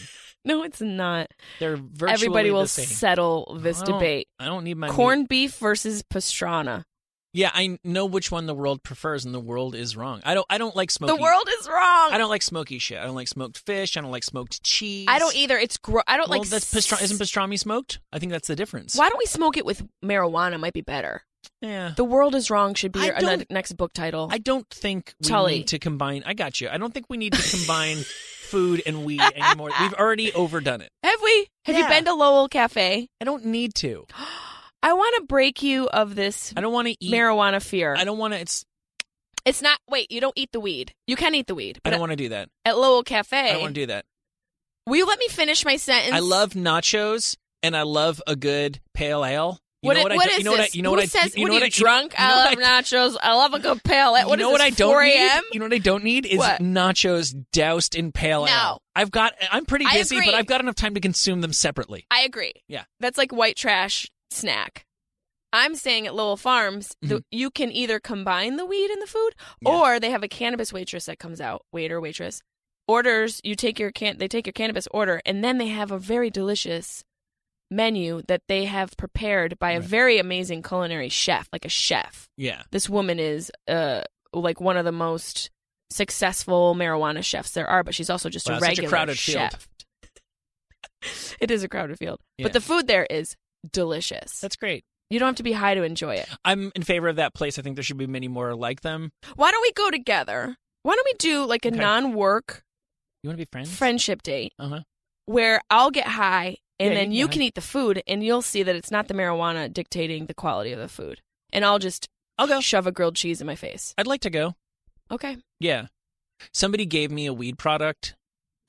A: no it's not
C: They're virtually
A: everybody
C: the
A: will
C: same.
A: settle this
C: I don't-
A: debate
C: I don't need my meat-
A: corned beef versus pastrana
C: Yeah, I know which one the world prefers, and the world is wrong. I don't. I don't like smoking.
A: the world is wrong
C: I don't like smoky shit. I don't like smoked fish. I don't like smoked cheese.
A: I don't either it's gro- i don't
C: Well,
A: like
C: that's pastra-
A: s-
C: isn't pastrami smoked? I think that's the difference.
A: why don't we smoke it with marijuana might be better
C: Yeah.
A: The World is Wrong should be
C: I
A: your uh,
C: don't-
A: next book title.
C: I don't think we
A: Tully.
C: need to combine. I got you. I don't think we need to combine food and weed anymore. We've already overdone it.
A: have we? Have
C: Yeah.
A: you been to Lowell Cafe?
C: I don't need to.
A: I want to break you of this
C: I don't want to eat.
A: marijuana fear.
C: I don't want to. It's.
A: It's not. Wait, you don't eat the weed. You can eat the weed.
C: I
A: But
C: don't want to do that.
A: at Lowell
C: I don't
A: Cafe,
C: want to do that.
A: will you let me finish my sentence?
C: I love nachos and I love a good pale ale. You
A: What,
C: know
A: i-
C: what,
A: what
C: I do?
A: is
C: You know what I,
A: this?
C: you know
A: Who
C: what I,
A: says,
C: you know
A: what
C: what
A: are
C: I-
A: you drunk?
C: you know
A: I
C: what
A: love nachos. I love a good pale. ale." What
C: you
A: is
C: know what
A: this,
C: I don't
A: 4
C: need?
A: a.m.?
C: You know what I don't need is
A: What?
C: nachos doused in pale ale.
A: No.
C: I've got. I'm pretty
A: I
C: busy, but
A: agree.
C: I've got enough time to consume them separately.
A: I agree.
C: Yeah.
A: That's like white trash snack. I'm saying at Lowell Farms, the, you can either combine the weed and the food,
C: Mm-hmm. Yeah.
A: or they have a cannabis waitress that comes out, waiter waitress, orders. You take your can, they take your cannabis order, and then they have a very delicious menu that they have prepared by a
C: Right.
A: very amazing culinary chef, like a chef.
C: Yeah.
A: This woman is uh like one of the most successful marijuana chefs there are, but she's also just
C: Wow,
A: a
C: such a
A: regular
C: crowded field.
A: chef. it is a crowded field,
C: Yeah.
A: but the food there is delicious.
C: That's great.
A: you don't have to be high to enjoy it.
C: I'm in favor of that place. I think there should be many more like them.
A: Why don't we go together? Why don't we do like a
C: Okay.
A: non-work
C: You want to be friends?
A: friendship date
C: Uh huh.
A: where I'll get high and
C: Yeah,
A: then
C: you
A: you
C: can.
A: can eat the food and you'll see that it's not the marijuana dictating the quality of the food. And I'll just
C: I'll go.
A: shove a grilled cheese in my face.
C: I'd like to go.
A: Okay.
C: Yeah. Somebody gave me a weed product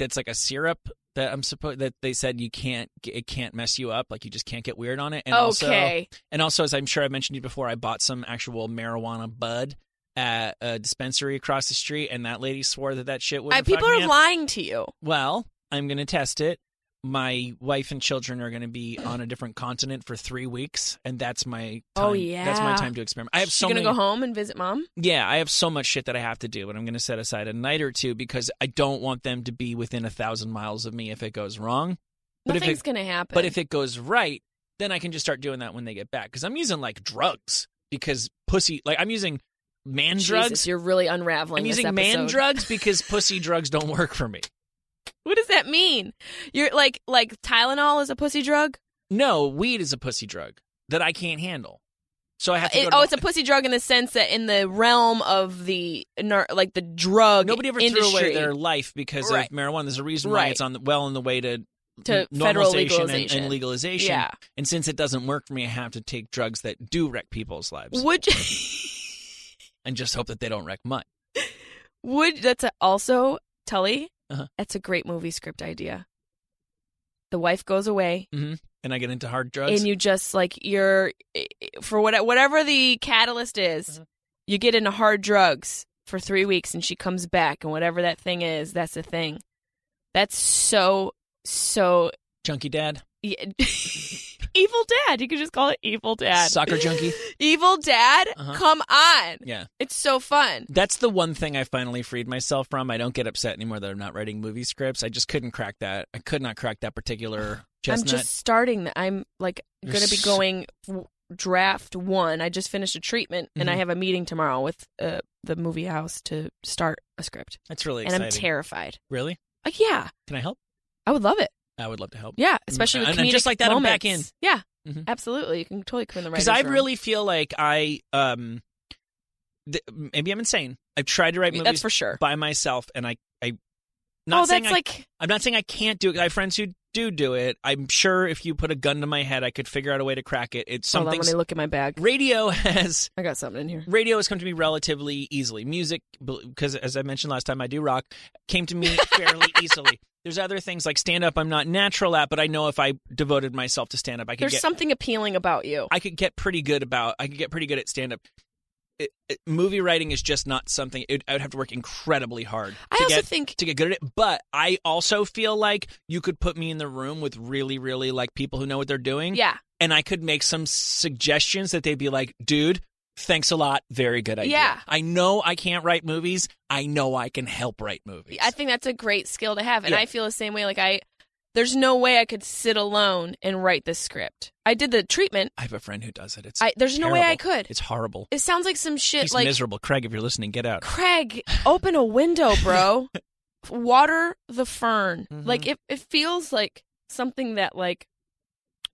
C: that's like a syrup that I'm supposed that they said you can't it can't mess you up like you just can't get weird on it and also
A: okay.
C: And also, as I'm sure I've mentioned to you before, I bought some actual marijuana bud at a dispensary across the street, and that lady swore that that shit would.
A: I, Uh, people are lying to you.
C: Well, I'm going to test it. My wife and children are going to be on a different continent for three weeks, and that's my time,
A: Oh,
C: that's my
A: yeah.
C: time to experiment. I have so
A: you gonna
C: many.
A: go home and visit mom?
C: Yeah, I have so much shit that I have to do, and I'm going to set aside a night or two because I don't want them to be within a thousand miles of me if it goes wrong. But if it-
A: Nothing's gonna happen.
C: But if it goes right, then I can just start doing that when they get back. Because I'm using like drugs. Because pussy, like I'm using man
A: Jesus,
C: drugs.
A: you're really unraveling.
C: I'm
A: this
C: using man
A: episode.
C: drugs because pussy drugs don't work for me.
A: What does that mean? You're like like Tylenol is a pussy drug.
C: No, weed is a pussy drug that I can't handle. So I have to.
A: It-
C: go to
A: oh,
C: the-
A: it's a pussy drug in the sense that in the realm of the nar- like the drug
C: Nobody ever
A: industry,
C: threw away their life because
A: Right.
C: of marijuana. There's a reason why
A: Right.
C: it's on the, well on the way to,
A: To
C: n-
A: federal
C: normalization
A: legalization.
C: And, and legalization.
A: yeah.
C: And since it doesn't work for me, I have to take drugs that do wreck people's lives,
A: Would you,
C: and just hope that they don't wreck mine.
A: would that's a, also Tully?
C: Uh-huh.
A: That's a great movie script idea. The wife goes away.
C: Mhm. and I get into hard drugs.
A: and you just like you're for what whatever the catalyst is,
C: Mm-hmm.
A: you get into hard drugs for three weeks, and she comes back, and whatever that thing is, that's the thing. That's so so
C: junkie dad,
A: yeah. evil dad. You could just call it evil dad.
C: soccer junkie.
A: Evil dad.
C: Uh-huh.
A: Come on,
C: Yeah.
A: it's so fun.
C: That's the one thing I finally freed myself from. I don't get upset anymore that I'm not writing movie scripts. I just couldn't crack that. I could not crack that particular chestnut.
A: I'm just starting. The, I'm like
C: You're
A: going to be
C: s-
A: going w- draft one. I just finished a treatment, and I
C: Mhm.
A: have a meeting tomorrow with uh, the movie house to start a script.
C: That's really
A: And
C: exciting.
A: I'm terrified.
C: really?
A: Like, yeah,
C: Can I help?
A: I would love it.
C: I would love to help.
A: Yeah, especially with
C: Mm-hmm. And- and
A: comedic
C: just like that, I'm back
A: moments. Yeah,
C: Mhm.
A: absolutely. You can totally come in the right.
C: because I really feel like I um th- maybe I'm insane. I've tried to write movies
A: that's for sure.
C: by myself, and I I not
A: Oh,
C: saying
A: that's
C: I,
A: like
C: I'm not saying I can't do it. I have friends who do do it. I'm sure if you put a gun to my head, I could figure out a way to crack it. It's
A: hold on.
C: something.
A: Let me look at my bag.
C: Radio has
A: I got something in here.
C: radio has come to me relatively easily. Music, because as I mentioned last time, I do rock, came to me fairly easily. There's other things like stand up. I'm not natural at, but I know if I devoted myself to stand up, I could
A: There's
C: get
A: something appealing about you.
C: I could get pretty good about. I could get pretty good at stand up. It, it- movie writing is just not something. It, I would have to work incredibly hard
A: I
C: to
A: also
C: get
A: think
C: to get good at it. But I also feel like you could put me in the room with really, really like people who know what they're doing,
A: yeah,
C: and I could make some suggestions that they'd be like, "Dude, thanks a lot, very good idea."
A: Yeah.
C: I know I can't write movies. I know I can help write movies.
A: I think that's a great skill to have, and
C: Yeah.
A: I feel the same way. Like I, there's no way I could sit alone and write this script. I did the treatment.
C: I have a friend who does it. It's
A: I there's no way I
C: terrible.
A: could.
C: It's horrible.
A: It sounds like some shit.
C: He's
A: like
C: miserable, Craig. If you're listening, get out.
A: Craig, open a window, bro. Water the fern.
C: Mhm.
A: Like it. It feels like something that like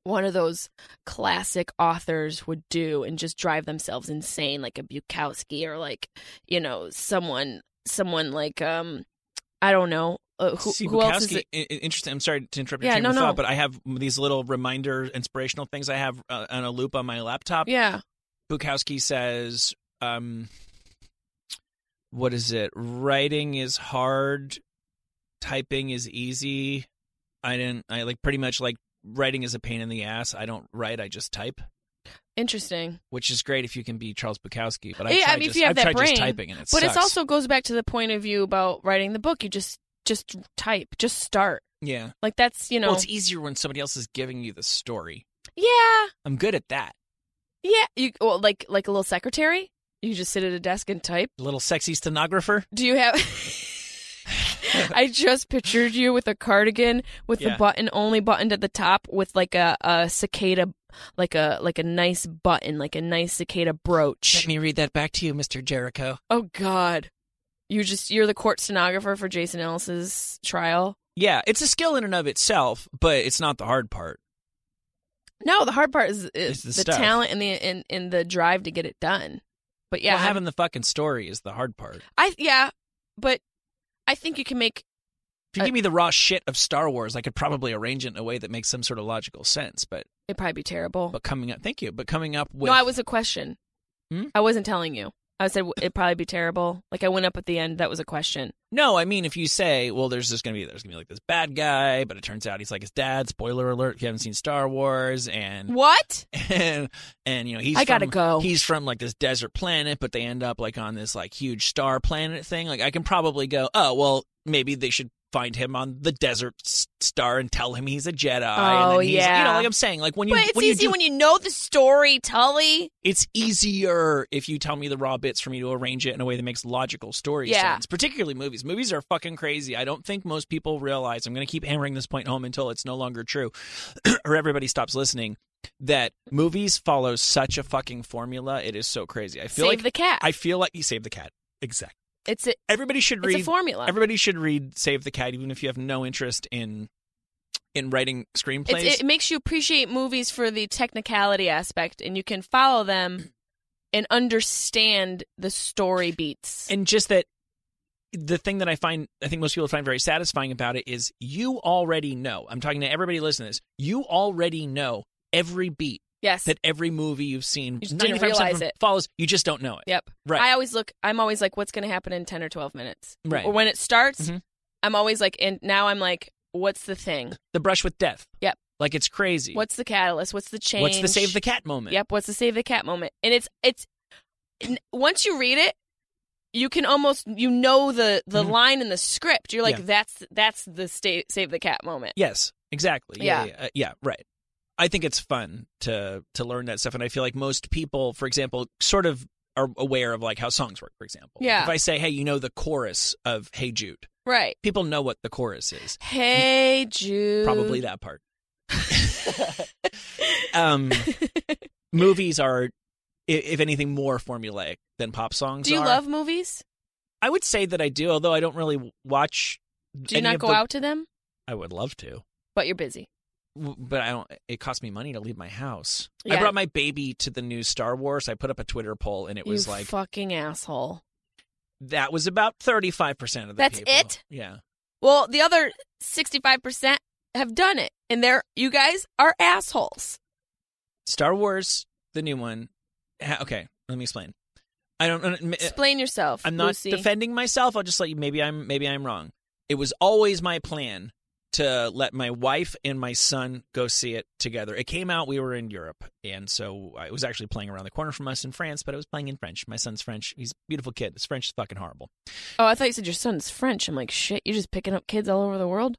A: one of those classic authors would do and just drive themselves insane, like a Bukowski or like you know someone someone like um I don't know uh, who
C: See,
A: who else is
C: Bukowski-
A: it?
C: i- i- interesting. I'm sorry to interrupt your
A: Yeah,
C: train
A: no,
C: of
A: no.
C: thought, but I have these little reminder inspirational things I have uh, on a loop on my laptop.
A: Yeah.
C: Bukowski says, um, what is it? Writing is hard, typing is easy. I didn't, I like pretty much like writing is a pain in the ass. I don't write, I just type,
A: Interesting.
C: which is great if you can be Charles Bukowski. But I
A: Yeah, I
C: try
A: mean, if
C: just,
A: you have
C: I've
A: that
C: tried
A: brain.
C: just typing and it
A: but
C: sucks.
A: it's also goes back to the point of view about writing the book. You just just type, just start.
C: yeah.
A: Like that's you know,
C: Well, it's e easier when somebody else is giving you the story.
A: yeah,
C: I'm good at that.
A: yeah. You well, like like a little secretary. You just sit at a desk and type.
C: A little sexy stenographer.
A: Do you have? I just pictured you with a cardigan with the
C: Yeah.
A: button only buttoned at the top with like a, a cicada, like a like a nice button, like a nice cicada brooch.
C: Let me read that back to you, Mr. Jericho.
A: oh God, you just you're the court stenographer for Jason Ellis's trial.
C: Yeah, it's a skill in and of itself, but it's not the hard part.
A: No, the hard part is, is
C: It's the
A: the,
C: stuff.
A: talent and the and, and the drive to get it done. But yeah,
C: well, having the fucking story is the hard part. If
A: I yeah, but I think you can make
C: you
A: I-
C: give me the raw shit of Star Wars, I could probably arrange it in a way that makes some sort of logical sense. But
A: it probably be terrible.
C: but coming up, thank you. But coming up with
A: no, I was a question.
C: Hmm?
A: I wasn't telling you. I said it'd probably be terrible. Like I went up at the end. That was a question.
C: No, I mean if you say, well, there's just gonna be there's gonna be like this bad guy, but it turns out he's like his dad. Spoiler alert: if you haven't seen Star Wars, and
A: What?
C: and and you know Hmm. he's
A: I gotta
C: from-
A: go.
C: He's from like this desert planet, but they end up like on this like huge star planet thing. Like I can probably go, oh well, maybe they should find him on the desert s- star and tell him he's a Jedi. and
A: Oh,
C: then he's, you
A: yeah.
C: know, like I'm saying, like when you
A: but it's
C: when you
A: easy
C: do-
A: when you know the story, Tully.
C: it's easier if you tell me the raw bits for me to arrange it in a way that makes logical story
A: Yeah.
C: sense. Particularly movies. Movies are fucking crazy. I don't think most people realize. I'm going to keep hammering this point home until it's no longer true, or everybody stops listening. That movies follow such a fucking formula. It is so crazy. I feel
A: Save
C: like
A: the cat.
C: I feel like you save the cat. Exactly.
A: it's a
C: Everybody should
A: it's
C: read.
A: a formula.
C: everybody should read Save the Cat, even if you have no interest in in writing screenplays.
A: It's, it makes you appreciate movies for the technicality aspect, and you can follow them and understand the story beats.
C: and just that the thing that I find, I think most people find very satisfying about it is you already know. I'm talking to everybody listening to this. You already know every beat
A: yes.
C: that every movie you've seen,
A: just didn't
C: 95% of
A: realize
C: them
A: it.
C: follows. You just don't know it.
A: yep.
C: Right.
A: I always look. I'm always like, what's going to happen in ten or twelve minutes?
C: Right.
A: Or when it starts,
C: Mhm.
A: I'm always like, and now I'm like, what's the thing?
C: the brush with death.
A: Yep.
C: Like it's crazy.
A: What's the catalyst? What's the change?
C: What's the save the cat moment?
A: Yep. What's the save the cat moment? And it's it's n- once you read it, you can almost you know the the
C: Mhm.
A: line in the script. You're like
C: Yeah.
A: that's that's the sta- save the cat moment.
C: Yes, exactly.
A: Yeah.
C: Yeah, yeah, uh, yeah, right. I think it's fun to to learn that stuff, and I feel like most people, for example, sort of are aware of like how songs work. For example, Like,
A: Yeah.
C: If I say, "Hey, you know the chorus of Hey Jude,"
A: Right.
C: people know what the chorus is.
A: Hey Jude.
C: Probably that part. um, movies are, i- if anything, more formulaic than pop songs.
A: Do you
C: are.
A: love movies?
C: I would say that I do, although I don't really watch.
A: Do you
C: any
A: not
C: of
A: go
C: the-
A: out to them?
C: I would love to.
A: But you're busy.
C: W- but I don't. It cost me money to leave my house.
A: Yeah.
C: I brought my baby to the new Star Wars. I put up a Twitter poll, and it was
A: you
C: like
A: fucking asshole.
C: that was about thirty five percent of the
A: That's
C: people.
A: it?
C: Yeah,
A: Well, the other 65% have done it, and they're you guys are assholes.
C: Star Wars, the new one. ha- Okay, let me explain. I don't. uh,
A: Explain yourself.
C: I'm not
A: Lucy.
C: defending myself. I'll just let you. Maybe I'm. Maybe I'm wrong. It was always my plan to let my wife and my son go see it together. It came out. We were in Europe, and so I- it was actually playing around the corner from us in France. But it was playing in French. My son's French. He's a beautiful kid. His French is fucking horrible.
A: Oh, I thought you said your son's French. I'm like, shit, you're just picking up kids all over the world.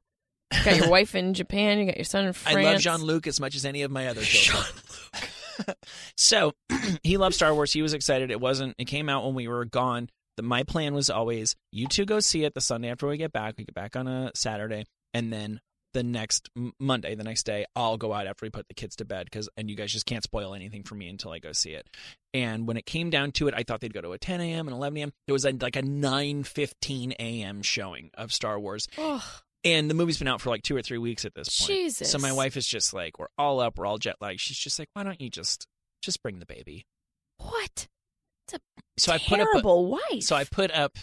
A: You got your wife in Japan. You got your son in France.
C: I love Jean Luc as much as any of my other children. so he loved Star Wars. He was excited. It wasn't. It came out when we were gone. The, my plan was always: you two go see it the Sunday after we get back. We get back on a Saturday, and then the next m- Monday, the next day, I'll go out after we put the kids to bed because and you guys just can't spoil anything for me until I go see it. And when it came down to it, I thought they'd go to a 10 a.m. and 11 a.m. There was a, like a 9:15 a.m. showing of Star Wars,
A: Oh,
C: and the movie's been out for like two or three weeks at this point.
A: Jesus.
C: So my wife is just like, we're all up, we're all jet lagged. She's just like, why don't you just just bring the baby?
A: what?
C: So I put up.
A: Terrible
C: A,
A: wife.
C: so I put up.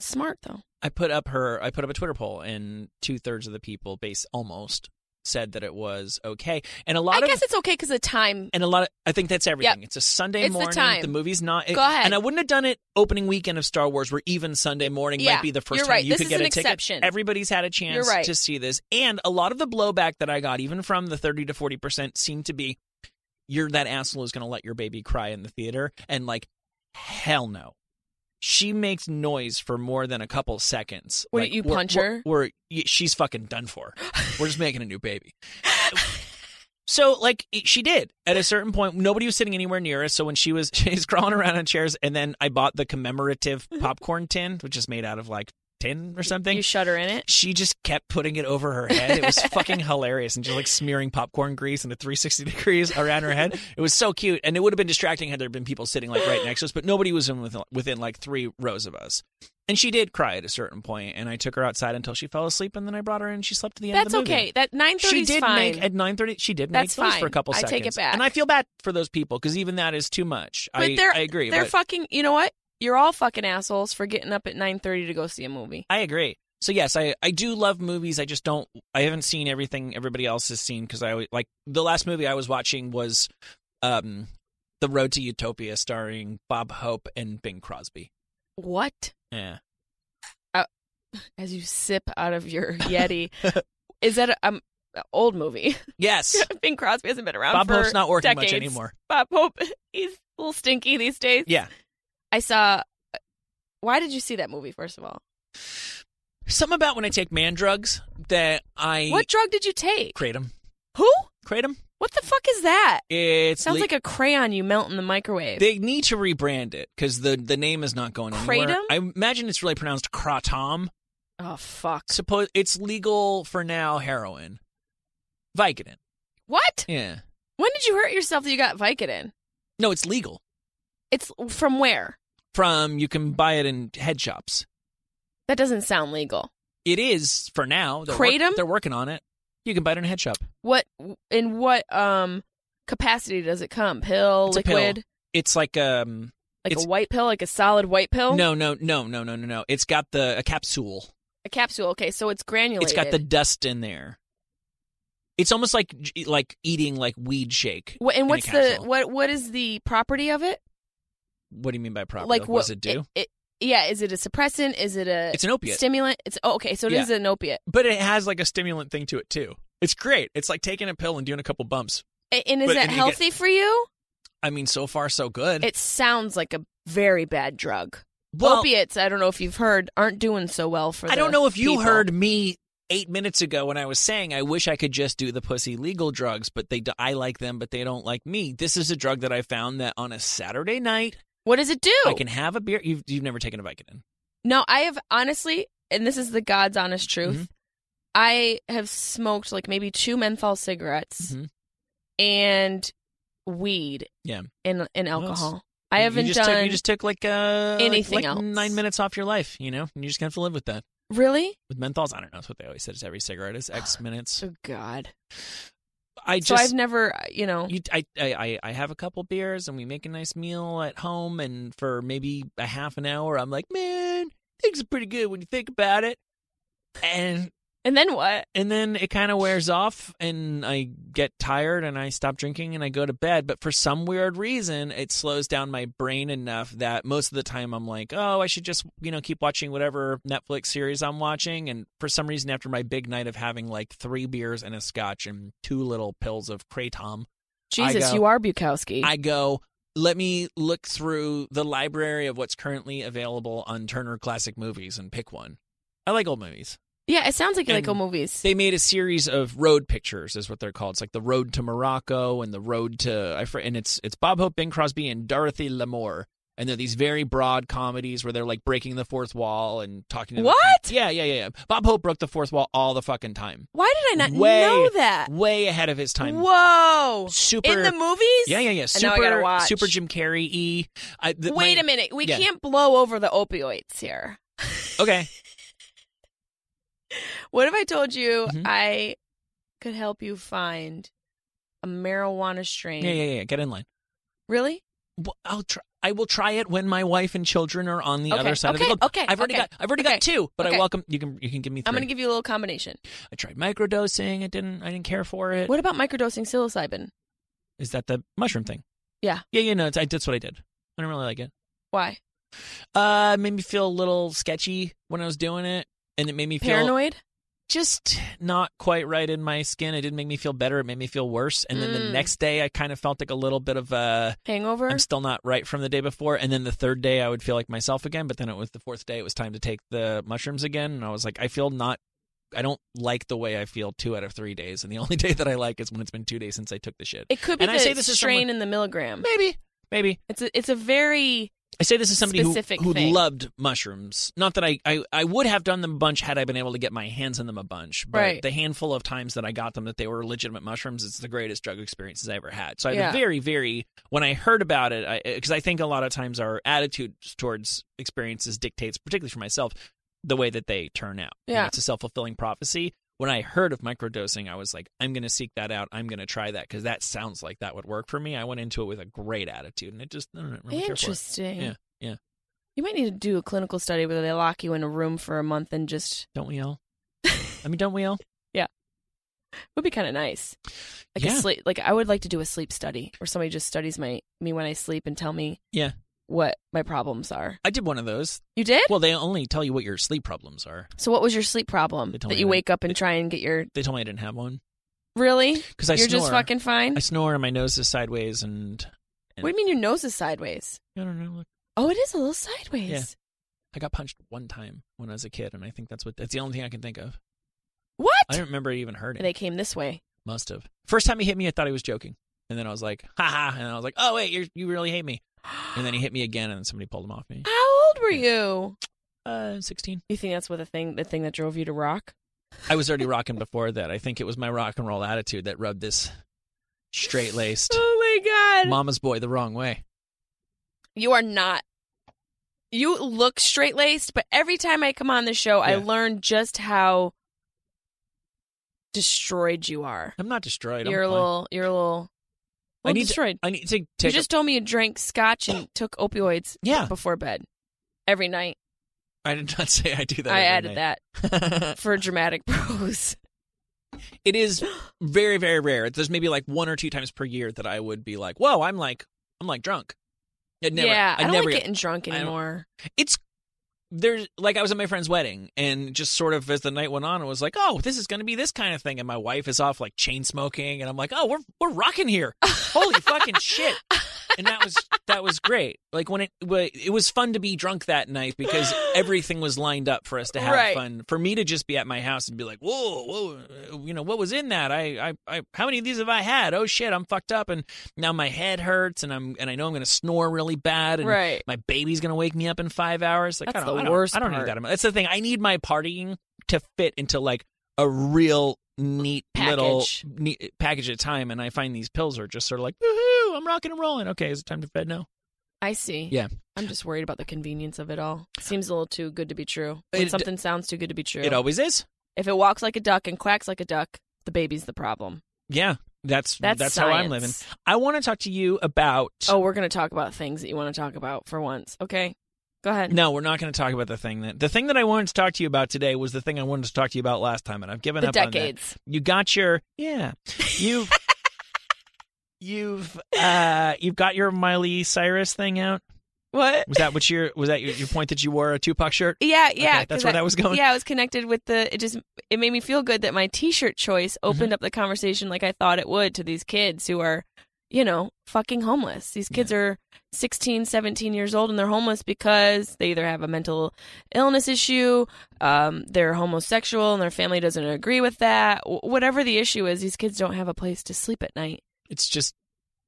A: smart though.
C: I put up her. I put up a Twitter poll, and two thirds of the people, base almost, said that it was okay. And a
A: I
C: lot of
A: guess it's okay because of time.
C: and a lot of. I think that's everything. It's a Sunday
A: Mm. It's the
C: morning.
A: time.
C: movie's not.
A: Go ahead.
C: And I wouldn't have done it opening weekend of Star Wars, where even Sunday morning
A: Yeah,
C: might be the 1st
A: you're
C: time
A: right.
C: you
A: This
C: could
A: is
C: get
A: an
C: a ticket.
A: exception.
C: Everybody's had a chance
A: right.
C: to see this, and a lot of the blowback that I got, even from the thirty to forty percent, seemed to be, "You're that asshole who's going to let your baby cry in the theater," and like, hell no. She makes noise for more than a couple seconds.
A: What,
C: Like,
A: you
C: we're-
A: punch
C: we're-
A: her?
C: We're, y- she's fucking done for. We're just making a new baby. So, like, it- she did. At a certain point, nobody was sitting anywhere near us. So when she was, she's crawling around on chairs, and then I bought the commemorative popcorn tin, which is made out of like tin or something.
A: Mm-hmm. You shut her in it.
C: she just kept putting it over her head. It was fucking hilarious, and just like smearing popcorn grease into 360 degrees around her head. It was so cute, and it would have been distracting had there been people sitting like right next to us, but nobody was in within, within like three rows of us. And she did cry at a certain point, and I took her outside until she fell asleep, and then I brought her in. and She slept to the end
A: That's
C: of the movie.
A: okay. That nine thirty
C: She
A: is
C: did
A: fine.
C: make at nine thirty. She did
A: That's
C: make noise for a
A: fine.
C: couple
A: I
C: seconds.
A: take it back.
C: and I feel bad for those people because even that is too much.
A: but
C: I,
A: they're
C: I agree.
A: they're
C: but
A: fucking. You know what? You're all fucking assholes for getting up at nine thirty to go see a movie.
C: I agree. So yes, I, I do love movies. I just don't. I haven't seen everything everybody else has seen because I always- like the last movie I was watching was, um, The Road to Utopia, starring Bob Hope and Bing Crosby. Eh.
A: What?
C: Yeah,
A: As you sip out of your Yeti, is that a um, a old movie?
C: yes.
A: Bing Crosby hasn't been around.
C: Bob
A: for
C: Hope's not working
A: decades.
C: much anymore.
A: Bob Hope, he's a little stinky these days.
C: Yeah,
A: I saw. uh, Why did you see that movie? First of all,
C: something about when I take man drugs that I
A: what drug did you take?
C: kratom.
A: Who?
C: Kratom.
A: What the fuck is that?
C: It's
A: Sounds
C: le-
A: like a crayon you melt in the microwave.
C: They need to rebrand it because the the name is not going anywhere.
A: Kratom?
C: I imagine it's really pronounced kratom.
A: oh fuck!
C: Suppose it's legal for now. Heroin, Vicodin.
A: What?
C: Yeah.
A: When did you hurt yourself that you got Vicodin?
C: No, it's legal.
A: It's from where?
C: From you can buy it in head shops.
A: That doesn't sound legal.
C: It is for now. They're
A: Kratom?
C: they're working on it. You can buy it in a head shop.
A: What in what um capacity does it come? Pill,
C: It's a pill.
A: liquid,
C: It's like um
A: like
C: It's-
A: a white pill, like a solid white pill?
C: no no no no no no no. It's got the a capsule.
A: a capsule. Okay, so it's granulated.
C: It's got the dust in there. It's almost like like eating like weed shake.
A: What,
C: in
A: and
C: a
A: what's the
C: capsule.
A: what? What is the property of it?
C: What do you mean by property?
A: Like what
C: does it do?
A: It, it- yeah, is it a suppressant? Is it a
C: It's an opiate.
A: stimulant? It's oh, okay, so it is
C: Yeah.
A: an opiate.
C: but it has like a stimulant thing to it too. It's great. It's like taking a pill and doing a couple bumps.
A: A- And is
C: But-
A: that
C: and you get-
A: healthy for you?
C: I mean, so far so good.
A: It sounds like a very bad drug.
C: Well,
A: Opiates, I don't know if you've heard, aren't doing so well for
C: I don't
A: the
C: know if you
A: people.
C: heard me eight minutes ago when I was saying I wish I could just do the pussy legal drugs, but they d- I like them, but they don't like me. This is a drug that I found that on a Saturday night
A: What does it do?
C: I can have a beer. You've, you've never taken a Vicodin.
A: No, I have honestly, and this is the God's honest truth.
C: Mm-hmm.
A: I have smoked like maybe two menthol cigarettes
C: Mhm.
A: and weed.
C: Yeah.
A: And and
C: Well, it's-
A: alcohol. I
C: You-
A: haven't
C: you just
A: done
C: Took, you just took like uh, like-
A: anything
C: like
A: else.
C: nine minutes off your life. You know, and you just gonna have to live with that.
A: really.
C: With menthols, I don't know. That's what they always said. Is every cigarette is X minutes.
A: Oh God.
C: I
A: so
C: just
A: I've never, you know,
C: You, I, I, I- I have a couple beers and we make a nice meal at home. And for maybe a half an hour, I'm like, man, things are pretty good when you think about it. And
A: and then what?
C: and then it kind of wears off, and I get tired, and I stop drinking, and I go to bed. But for some weird reason, it slows down my brain enough that most of the time I'm like, oh, I should just you know keep watching whatever Netflix series I'm watching. And for some reason, after my big night of having like three beers and a scotch and two little pills of kratom.
A: Jesus,
C: go-
A: you are Bukowski.
C: I go, let me look through the library of what's currently available on Turner Classic Movies and pick one. I like old movies.
A: yeah, it sounds like you like
C: and
A: old movies.
C: They made a series of road pictures, is what they're called. It's like the Road to Morocco and the Road to I fr- and it's it's Bob Hope, Bing Crosby, and Dorothy L'Amour. And they're these very broad comedies where they're like breaking the fourth wall and talking. To the-
A: What?
C: yeah, yeah, yeah, yeah. Bob Hope broke the fourth wall all the fucking time.
A: Why did I not
C: way,
A: know that?
C: Way ahead of his time.
A: Uh, Whoa!
C: Super
A: In the movies?
C: Yeah, yeah, yeah.
A: And now I gotta
C: Super,
A: watch.
C: super Jim Carrey. E. I, the,
A: Wait
C: my-
A: a minute. We
C: yeah.
A: can't blow over the opioids here.
C: Okay.
A: What if I told you
C: Mhm.
A: I could help you find a marijuana strain?
C: Yeah, yeah, yeah. Get in line.
A: Really?
C: Well, I'll try. I will try it when my wife and children are on the
A: Okay,
C: other side of the
A: okay,
C: globe.
A: okay,
C: I've already
A: okay,
C: got. I've already
A: okay,
C: got two, but I
A: okay.
C: welcome. You can. You can give me. Three. Uh,
A: I'm going to give you a little combination.
C: I tried microdosing. I didn't. I didn't care for it. Is
A: What about microdosing psilocybin?
C: that the mushroom thing?
A: Yeah.
C: Yeah. You know. I, that's what I did. I didn't really like it.
A: Why?
C: Uh, it made me feel a little sketchy when I was doing it, and it made me feel
A: Paranoid?
C: just not quite right in my skin. It didn't make me feel better. It made me feel worse. And then the
A: Mm.
C: next day, I kind of felt like a little bit of a.
A: Hangover?
C: I'm still not right from the day before. And then the third day, I would feel like myself again. But then it was the fourth day, it was time to take the mushrooms again. And I was like, I feel not, I don't like the way I feel two out of three days. And the only day that I like is when it's been two days since I took the shit.
A: it could be
C: and
A: the
C: I say this as
A: strain
C: someone-
A: in the milligram.
C: Maybe, maybe.
A: It's a, it's a very
C: I say this as somebody who,
A: Specific
C: who
A: thing.
C: loved mushrooms. Not that I, I, I would have done them a bunch had I been able to get my hands on them a bunch. But
A: Right.
C: the handful of times that I got them that they were legitimate mushrooms, it's the greatest drug experiences I ever had. So I
A: Yeah.
C: have a very, very, when I heard about it, because I, think a lot of times our attitude towards experiences dictates, particularly for myself, the way that they turn out. You know,
A: Yeah.
C: it's a self fulfilling prophecy. When I heard of microdosing, I was like, I'm going to seek that out. I'm going to try that because that sounds like that would work for me. I went into it with a great attitude and it just, I don't know, really care for it.
A: interesting.
C: Yeah, yeah.
A: You might need to do a clinical study where they lock you in a room for a month and just.
C: Don't we all? I mean, don't we all?
A: It would be kind of nice. Like
C: Yeah.
A: a sleep. Like I would like to do a sleep study where somebody just studies my me when I sleep and tell me.
C: Yeah.
A: What my problems are.
C: I did one of those.
A: You did?
C: Well, they only tell you what your sleep problems are.
A: So what was your sleep problem
C: They told
A: that
C: me
A: you
C: that-
A: wake up and try and get your
C: They told me I didn't have one
A: really?
C: because I
A: You're
C: snore.
A: just fucking fine.
C: I snore and my nose is sideways, and
A: what do you mean your nose is sideways?
C: I don't know. Look,
A: Oh, it is a little sideways.
C: Yeah. I got punched one time when I was a kid, and I think that's what that's the only thing I can think of.
A: What?
C: I don't remember even hurting.
A: They came this way.
C: Must have. First time he hit me, I thought he was joking, and then I was like, "Ha ha!" And I was like, "Oh wait, you you really hate me." And then he hit me again, and then somebody pulled him off me.
A: How old were you?
C: Uh, sixteen.
A: You think that's what the thing the thing that drove you to rock?
C: I was already rocking before that. I think it was my rock and roll attitude that rubbed this straight laced
A: Oh my god.
C: mama's boy the wrong way.
A: You are not you look straight laced, but every time I come on the show I
C: Yeah.
A: learn just how destroyed you are.
C: I'm not destroyed.
A: you're
C: I'm
A: a
C: fine.
A: little you're a little
C: I
A: well,
C: need to
A: destroyed.
C: I need to take.
A: you just told me you drank scotch and took opioids
C: Yeah.
A: before bed every night.
C: I did not say I do that.
A: I added
C: every
A: that
C: night.
A: for dramatic prose.
C: it is very very rare. There's maybe like one or two times per year that I would be like, "Whoa, I'm like I'm like drunk." I'd never,
A: yeah,
C: I'd
A: I do not
C: never
A: like getting drunk
C: I don't-
A: anymore.
C: It's there's like I was at my friend's wedding and just sort of as the night went on, I was like, oh, this is going to be this kind of thing. And my wife is off like chain smoking, and I'm like, oh, we're we're rocking here. Holy fucking shit! And that was that was great. Like when it wa- it was fun to be drunk that night because everything was lined up for us to have
A: Right.
C: fun. For me to just be at my house and be like, whoa, whoa, uh, you know what was in that? I, I, I, how many of these have I had? Oh shit, I'm fucked up, and now my head hurts, and I'm and I know I'm going to snore really bad, and
A: Right.
C: my baby's gonna wake me up in five hours. Like
A: That's
C: I don't,
A: the
C: I don't-
A: worst
C: I don't need
A: part.
C: that. amount. That's the thing. I need my partying to fit into like a real neat little
A: Package.
C: neat eh, package at a time, and I find these pills are just sort of like, woohoo, I'm rocking and rolling. Okay, is it time to bed now?
A: I see.
C: Yeah.
A: I'm just worried about the convenience of it all. Seems a little too good to be true. When
C: It-
A: something sounds too good to be true.
C: It always is.
A: if it walks like a duck and quacks like a duck, the baby's the problem.
C: Yeah, that's
A: That's
C: that's, how I'm living.
A: science.
C: I want to talk to you about.
A: Oh, we're gonna talk about things that you want to talk about for once. Okay, go ahead.
C: No, we're not going to talk about the thing that the thing that I wanted to talk to you about today was the thing I wanted to talk to you about last time, and I've given
A: the
C: up on that.
A: decades.
C: you got your yeah you've you've uh you've got your miley cyrus thing out
A: What?
C: was that what your was that your, your point that you wore a tupac shirt
A: Yeah, yeah.
C: Okay, that's
A: 'cause
C: where
A: I-
C: that was going?
A: Yeah, I was connected with the. It just it made me feel good that my T-shirt choice opened up the conversation like I thought it would to these kids who are, you know, fucking homeless. These kids are 16, 17 years old and they're homeless because they either have a mental illness issue, um, they're homosexual and their family doesn't agree with that. W- whatever the issue is, these kids don't have a place to sleep at night.
C: it's just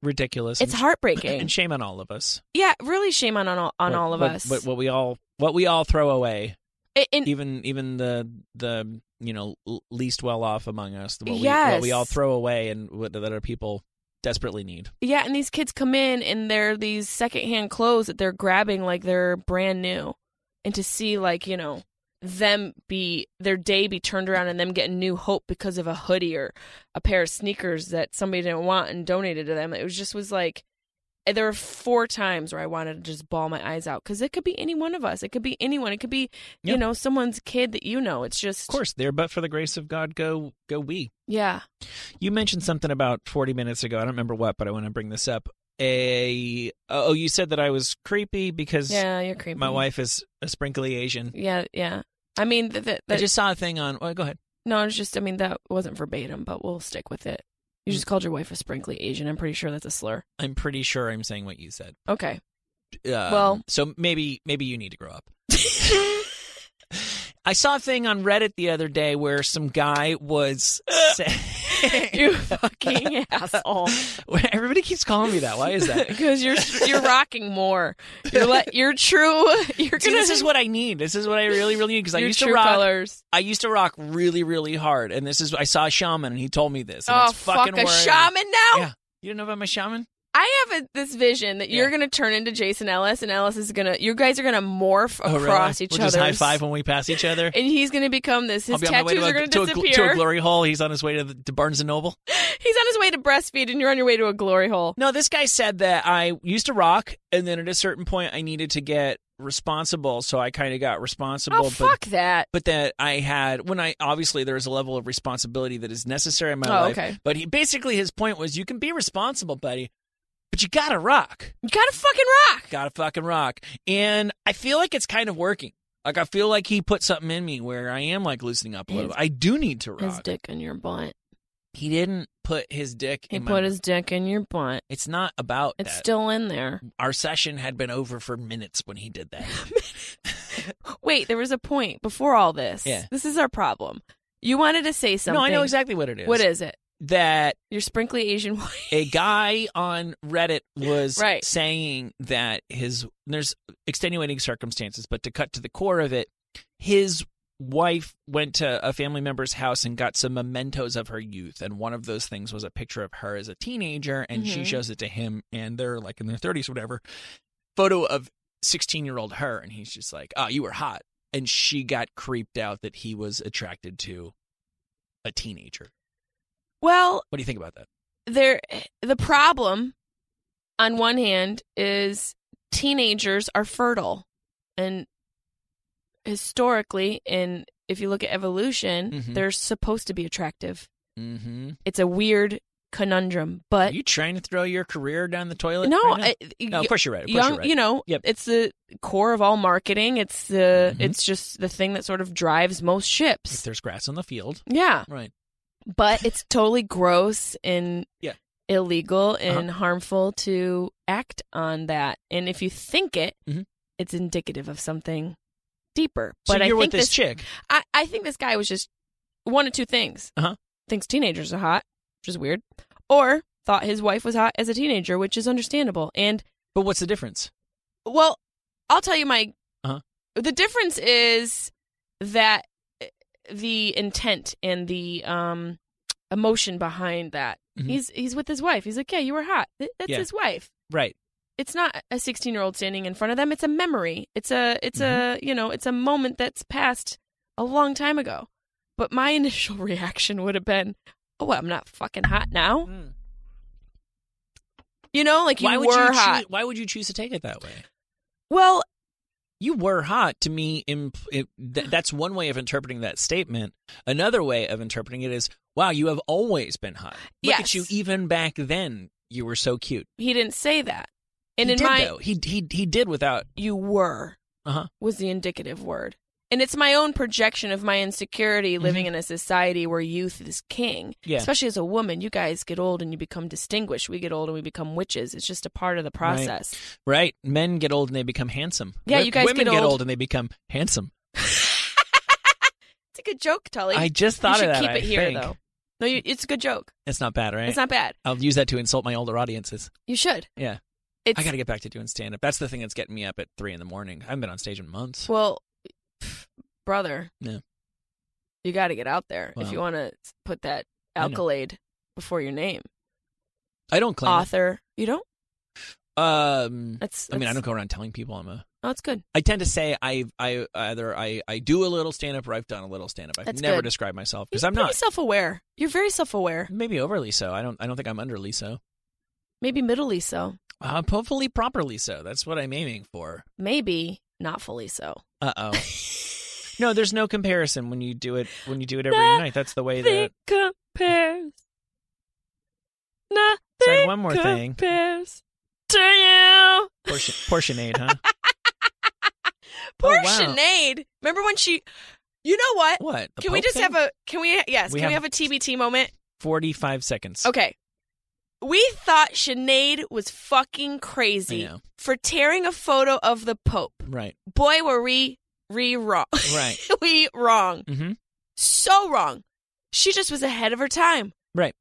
C: ridiculous
A: It's
C: and-
A: heartbreaking.
C: and shame on all of us
A: Yeah, really shame on on all, on
C: What-
A: all of
C: what-
A: us.
C: what, what we all what we all throw away
A: I- and
C: even even the the you know l- least well off among us what we, what we
A: Yes.
C: all throw away and what that other people desperately need
A: yeah, and these kids come in and they're these secondhand clothes that they're grabbing like they're brand new, and to see like you know them be their day be turned around and them getting new hope because of a hoodie or a pair of sneakers that somebody didn't want and donated to them. It was just was like eh, there were four times where I wanted to just bawl my eyes out because it could be any one of us. It could be anyone. It could be
C: Yeah.
A: you know someone's kid that you know. It's just
C: of course there but for the grace of god go go we
A: yeah.
C: You mentioned something about 40 minutes ago. I don't remember what, but I want to bring this up. A oh, you said that I was creepy because
A: Yeah, you're creepy.
C: my wife is a sprinkly Asian.
A: Yeah, yeah. I mean, th th
C: I
A: that,
C: just saw a thing on. Well, go ahead.
A: no, it's just, I mean, that wasn't verbatim, but we'll stick with it.
C: Mm.
A: You just called your wife a sprinkly Asian. I'm pretty sure that's a slur.
C: I'm pretty sure I'm saying what you said.
A: Okay.
C: Um,
A: Well-
C: so maybe maybe you need to grow up. I saw a thing on Reddit the other day where some guy was. saying-
A: you fucking asshole.
C: Everybody keeps calling me that. Why is that?
A: Because you're you're rocking more. You're le- you're true. You're
C: See,
A: gonna.
C: this is what I need. This is what I really, really need because I
A: your
C: used
A: true
C: to rock.
A: colors.
C: I used to rock really, really hard, and this is I saw a shaman, and he told me this. And
A: Oh
C: it's
A: fuck!
C: fucking
A: A
C: worrying.
A: shaman now.
C: Yeah, you didn't know about my shaman?
A: I have a, this vision that you're
C: Yeah.
A: gonna turn into Jason Ellis, and Ellis is gonna. You guys are gonna morph
C: Oh, really?
A: across each
C: we'll
A: other.
C: just high five when we pass each other.
A: and he's gonna become this.
C: I'll
A: His
C: be on my way
A: tattoos
C: to a,
A: are gonna
C: to a gl-
A: disappear.
C: to a glory hole. He's on his way to, the, to Barnes and Noble.
A: He's on his way to breastfeed, and you're on your way to a glory hole.
C: No, this guy said that I used to rock, and then at a certain point, I needed to get responsible, so I kind of got responsible.
A: Oh,
C: but
A: fuck that.
C: but that I had when I obviously there is a level of responsibility that is necessary in my
A: Oh,
C: life.
A: okay.
C: But he basically his point was you can be responsible, buddy, but you gotta rock.
A: You gotta fucking rock.
C: gotta fucking rock. And I feel like it's kind of working. Like I feel like he put something in me where I am like loosening up a little.
A: His-
C: I do need to
A: His
C: rock.
A: dick in your butt.
C: He didn't put his dick.
A: He
C: in
A: put
C: my,
A: his dick in your butt.
C: It's not about
A: It's
C: that.
A: still in there.
C: Our session had been over for minutes when he did that.
A: Wait, there was a point before all this.
C: Yeah.
A: This is our problem. You wanted to say something.
C: no, I know exactly what it is.
A: What is it?
C: that?
A: Your sprinkly Asian wife.
C: A guy on Reddit was
A: Right.
C: saying that his there's extenuating circumstances, but to cut to the core of it, his wife went to a family member's house and got some mementos of her youth and one of those things was a picture of her as a teenager and she
A: Mhm.
C: shows it to him and they're like in their 30s or whatever photo of 16 year old her and he's just like oh you were hot and she got creeped out that he was attracted to a teenager
A: Well,
C: what do you think about that
A: there the problem on one hand is teenagers are fertile and historically and if you look at evolution
C: Mhm.
A: they're supposed to be attractive
C: mm-hmm
A: it's a weird conundrum. But
C: Are you trying to throw your career down the toilet?
A: Uh, no,
C: right now?
A: I,
C: no, of course you're right. Of course
A: young,
C: you're right.
A: you know,
C: Yep.
A: it's the core of all marketing. It's the
C: Mhm.
A: it's just the thing that sort of drives most
C: if
A: ships.
C: there's grass on the field,
A: Yeah,
C: right?
A: but it's totally gross and
C: Yeah. Uh-huh.
A: illegal and harmful to act on that. And if you think it,
C: Mhm.
A: it's indicative of something deeper.
C: So
A: But I
C: you're
A: think
C: with this, chick.
A: I, I think this guy was just one of two things.
C: Uh-huh.
A: Thinks teenagers are hot, which is weird, or thought his wife was hot as a teenager, which is understandable. And
C: But what's the difference?
A: well, I'll tell you my.
C: Uh-huh.
A: The difference is that uh, the intent and the um, emotion behind that.
C: Mhm.
A: He's he's with his wife. He's like, yeah, you were hot. Th- That's
C: Yeah.
A: his wife.
C: Right.
A: It's not a 16 year old standing in front of them. It's a memory. It's a it's
C: Mm-hmm.
A: a you know it's a moment that's passed a long time ago. But my initial reaction would have been, oh, I'm not fucking hot now. You know, like Mm. you
C: Why
A: were
C: would you
A: hot.
C: Choose, why would you choose to take it that way?
A: well,
C: You were hot to me. Imp- it, th- that's one way of interpreting that statement. Another way of interpreting it is, wow, you have always been hot. Look
A: Yes.
C: at you, even back then, you were so cute.
A: he didn't say that. And
C: he
A: in
C: did
A: my
C: though. He he he did without.
A: you were
C: Uh-huh.
A: was the indicative word. And it's my own projection of my insecurity living in a society where youth is king.
C: Mm-hmm. Yeah.
A: Especially as a woman, you guys get old and you become distinguished. We get old and we become witches. It's just a part of the process.
C: Right. Men get old and they become handsome.
A: Yeah,
C: Wo-
A: you guys
C: women
A: get
C: get
A: old.
C: old and they become handsome.
A: It's a good joke, Tully.
C: I
A: you
C: just thought
A: should
C: of that.
A: keep
C: I
A: it here
C: think.
A: though. No, you, it's a good joke.
C: It's not bad, right?
A: It's not bad.
C: I'll use that to insult my older audiences.
A: You should.
C: Yeah.
A: It's
C: I got to get back to doing stand up. That's the thing that's getting me up at three in the morning. I haven't been on stage in months.
A: well, pff, brother.
C: Yeah.
A: You got to get out there if
C: Wow.
A: you want to put that
C: I know.
A: accolade before your name.
C: I don't claim. it.
A: Author. You don't?
C: Um,
A: That's,
C: I mean, I
A: that's-
C: don't go around telling people I'm a.
A: Oh, that's good.
C: I tend to say I I either I I do a little stand up or I've done a little stand up. I've
A: That's
C: never
A: good.
C: described myself because
A: You're
C: I'm
A: pretty
C: not
A: self-aware. You're very self-aware.
C: maybe overly so. I don't I don't think I'm underly so.
A: Maybe middly so.
C: Uh, hopefully properly so. That's what I'm aiming for.
A: Maybe not fully so.
C: Uh oh. no, there's no comparison when you do it when you do it every
A: Nah,
C: night. That's the way that.
A: Nothing compares. Nothing
C: Sorry, one more thing.
A: compares to you.
C: Portion, portionade, huh?
A: Poor
C: Oh, wow.
A: Sinead. Remember when she? You know what?
C: What?
A: can we just have a? Can we? Yes.
C: We
A: can we
C: have-
A: have a TBT moment?
C: forty-five seconds?
A: Okay. We thought Sinead was fucking
C: I
A: crazy
C: know.
A: for tearing a photo of the Pope.
C: Right.
A: Boy, were we re wrong.
C: Right.
A: we wrong.
C: Mm-hmm.
A: so wrong. She just was ahead of her time.
C: Right.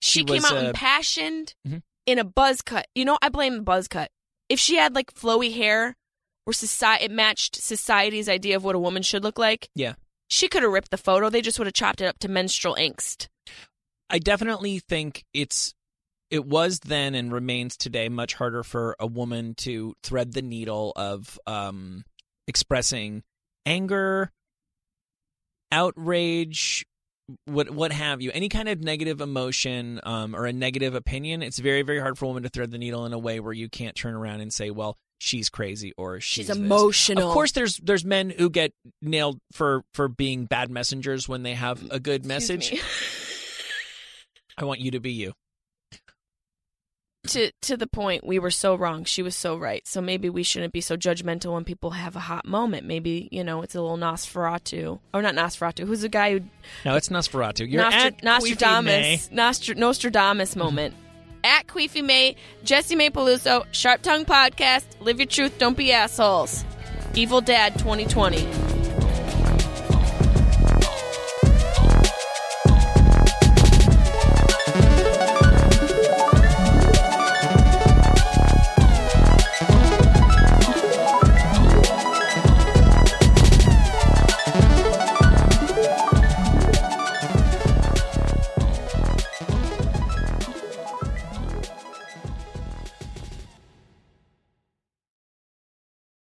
A: She,
C: She
A: came
C: was,
A: out
C: uh,
A: impassioned
C: Mhm.
A: in a buzz cut. You know, I blame the buzz cut. If she had like flowy hair where society it matched society's idea of what a woman should look like.
C: Yeah.
A: She could have ripped the photo. They just would have chopped it up to menstrual angst.
C: I definitely think it's it was then and remains today much harder for a woman to thread the needle of um expressing anger, outrage, what what have you, any kind of negative emotion um or a negative opinion. It's very very hard for a woman to thread the needle in a way where you can't turn around and say, well, she's crazy or she's,
A: She's
C: this.
A: emotional.
C: Of course, there's there's men who get nailed for for being bad messengers when they
A: Mm.
C: have a good message. I want you to be you.
A: to to the point we were so wrong she was so right so maybe we shouldn't be so judgmental when people have a hot moment maybe you know it's a little nosferatu or not nosferatu who's the guy who
C: No, it's Nosferatu. You're
A: Nostra-
C: at Queefy May. Mm-hmm.
A: nostradamus Nostra- nostradamus moment at queefy may jesse may peluso sharp tongue podcast live your truth don't be assholes evil dad 2020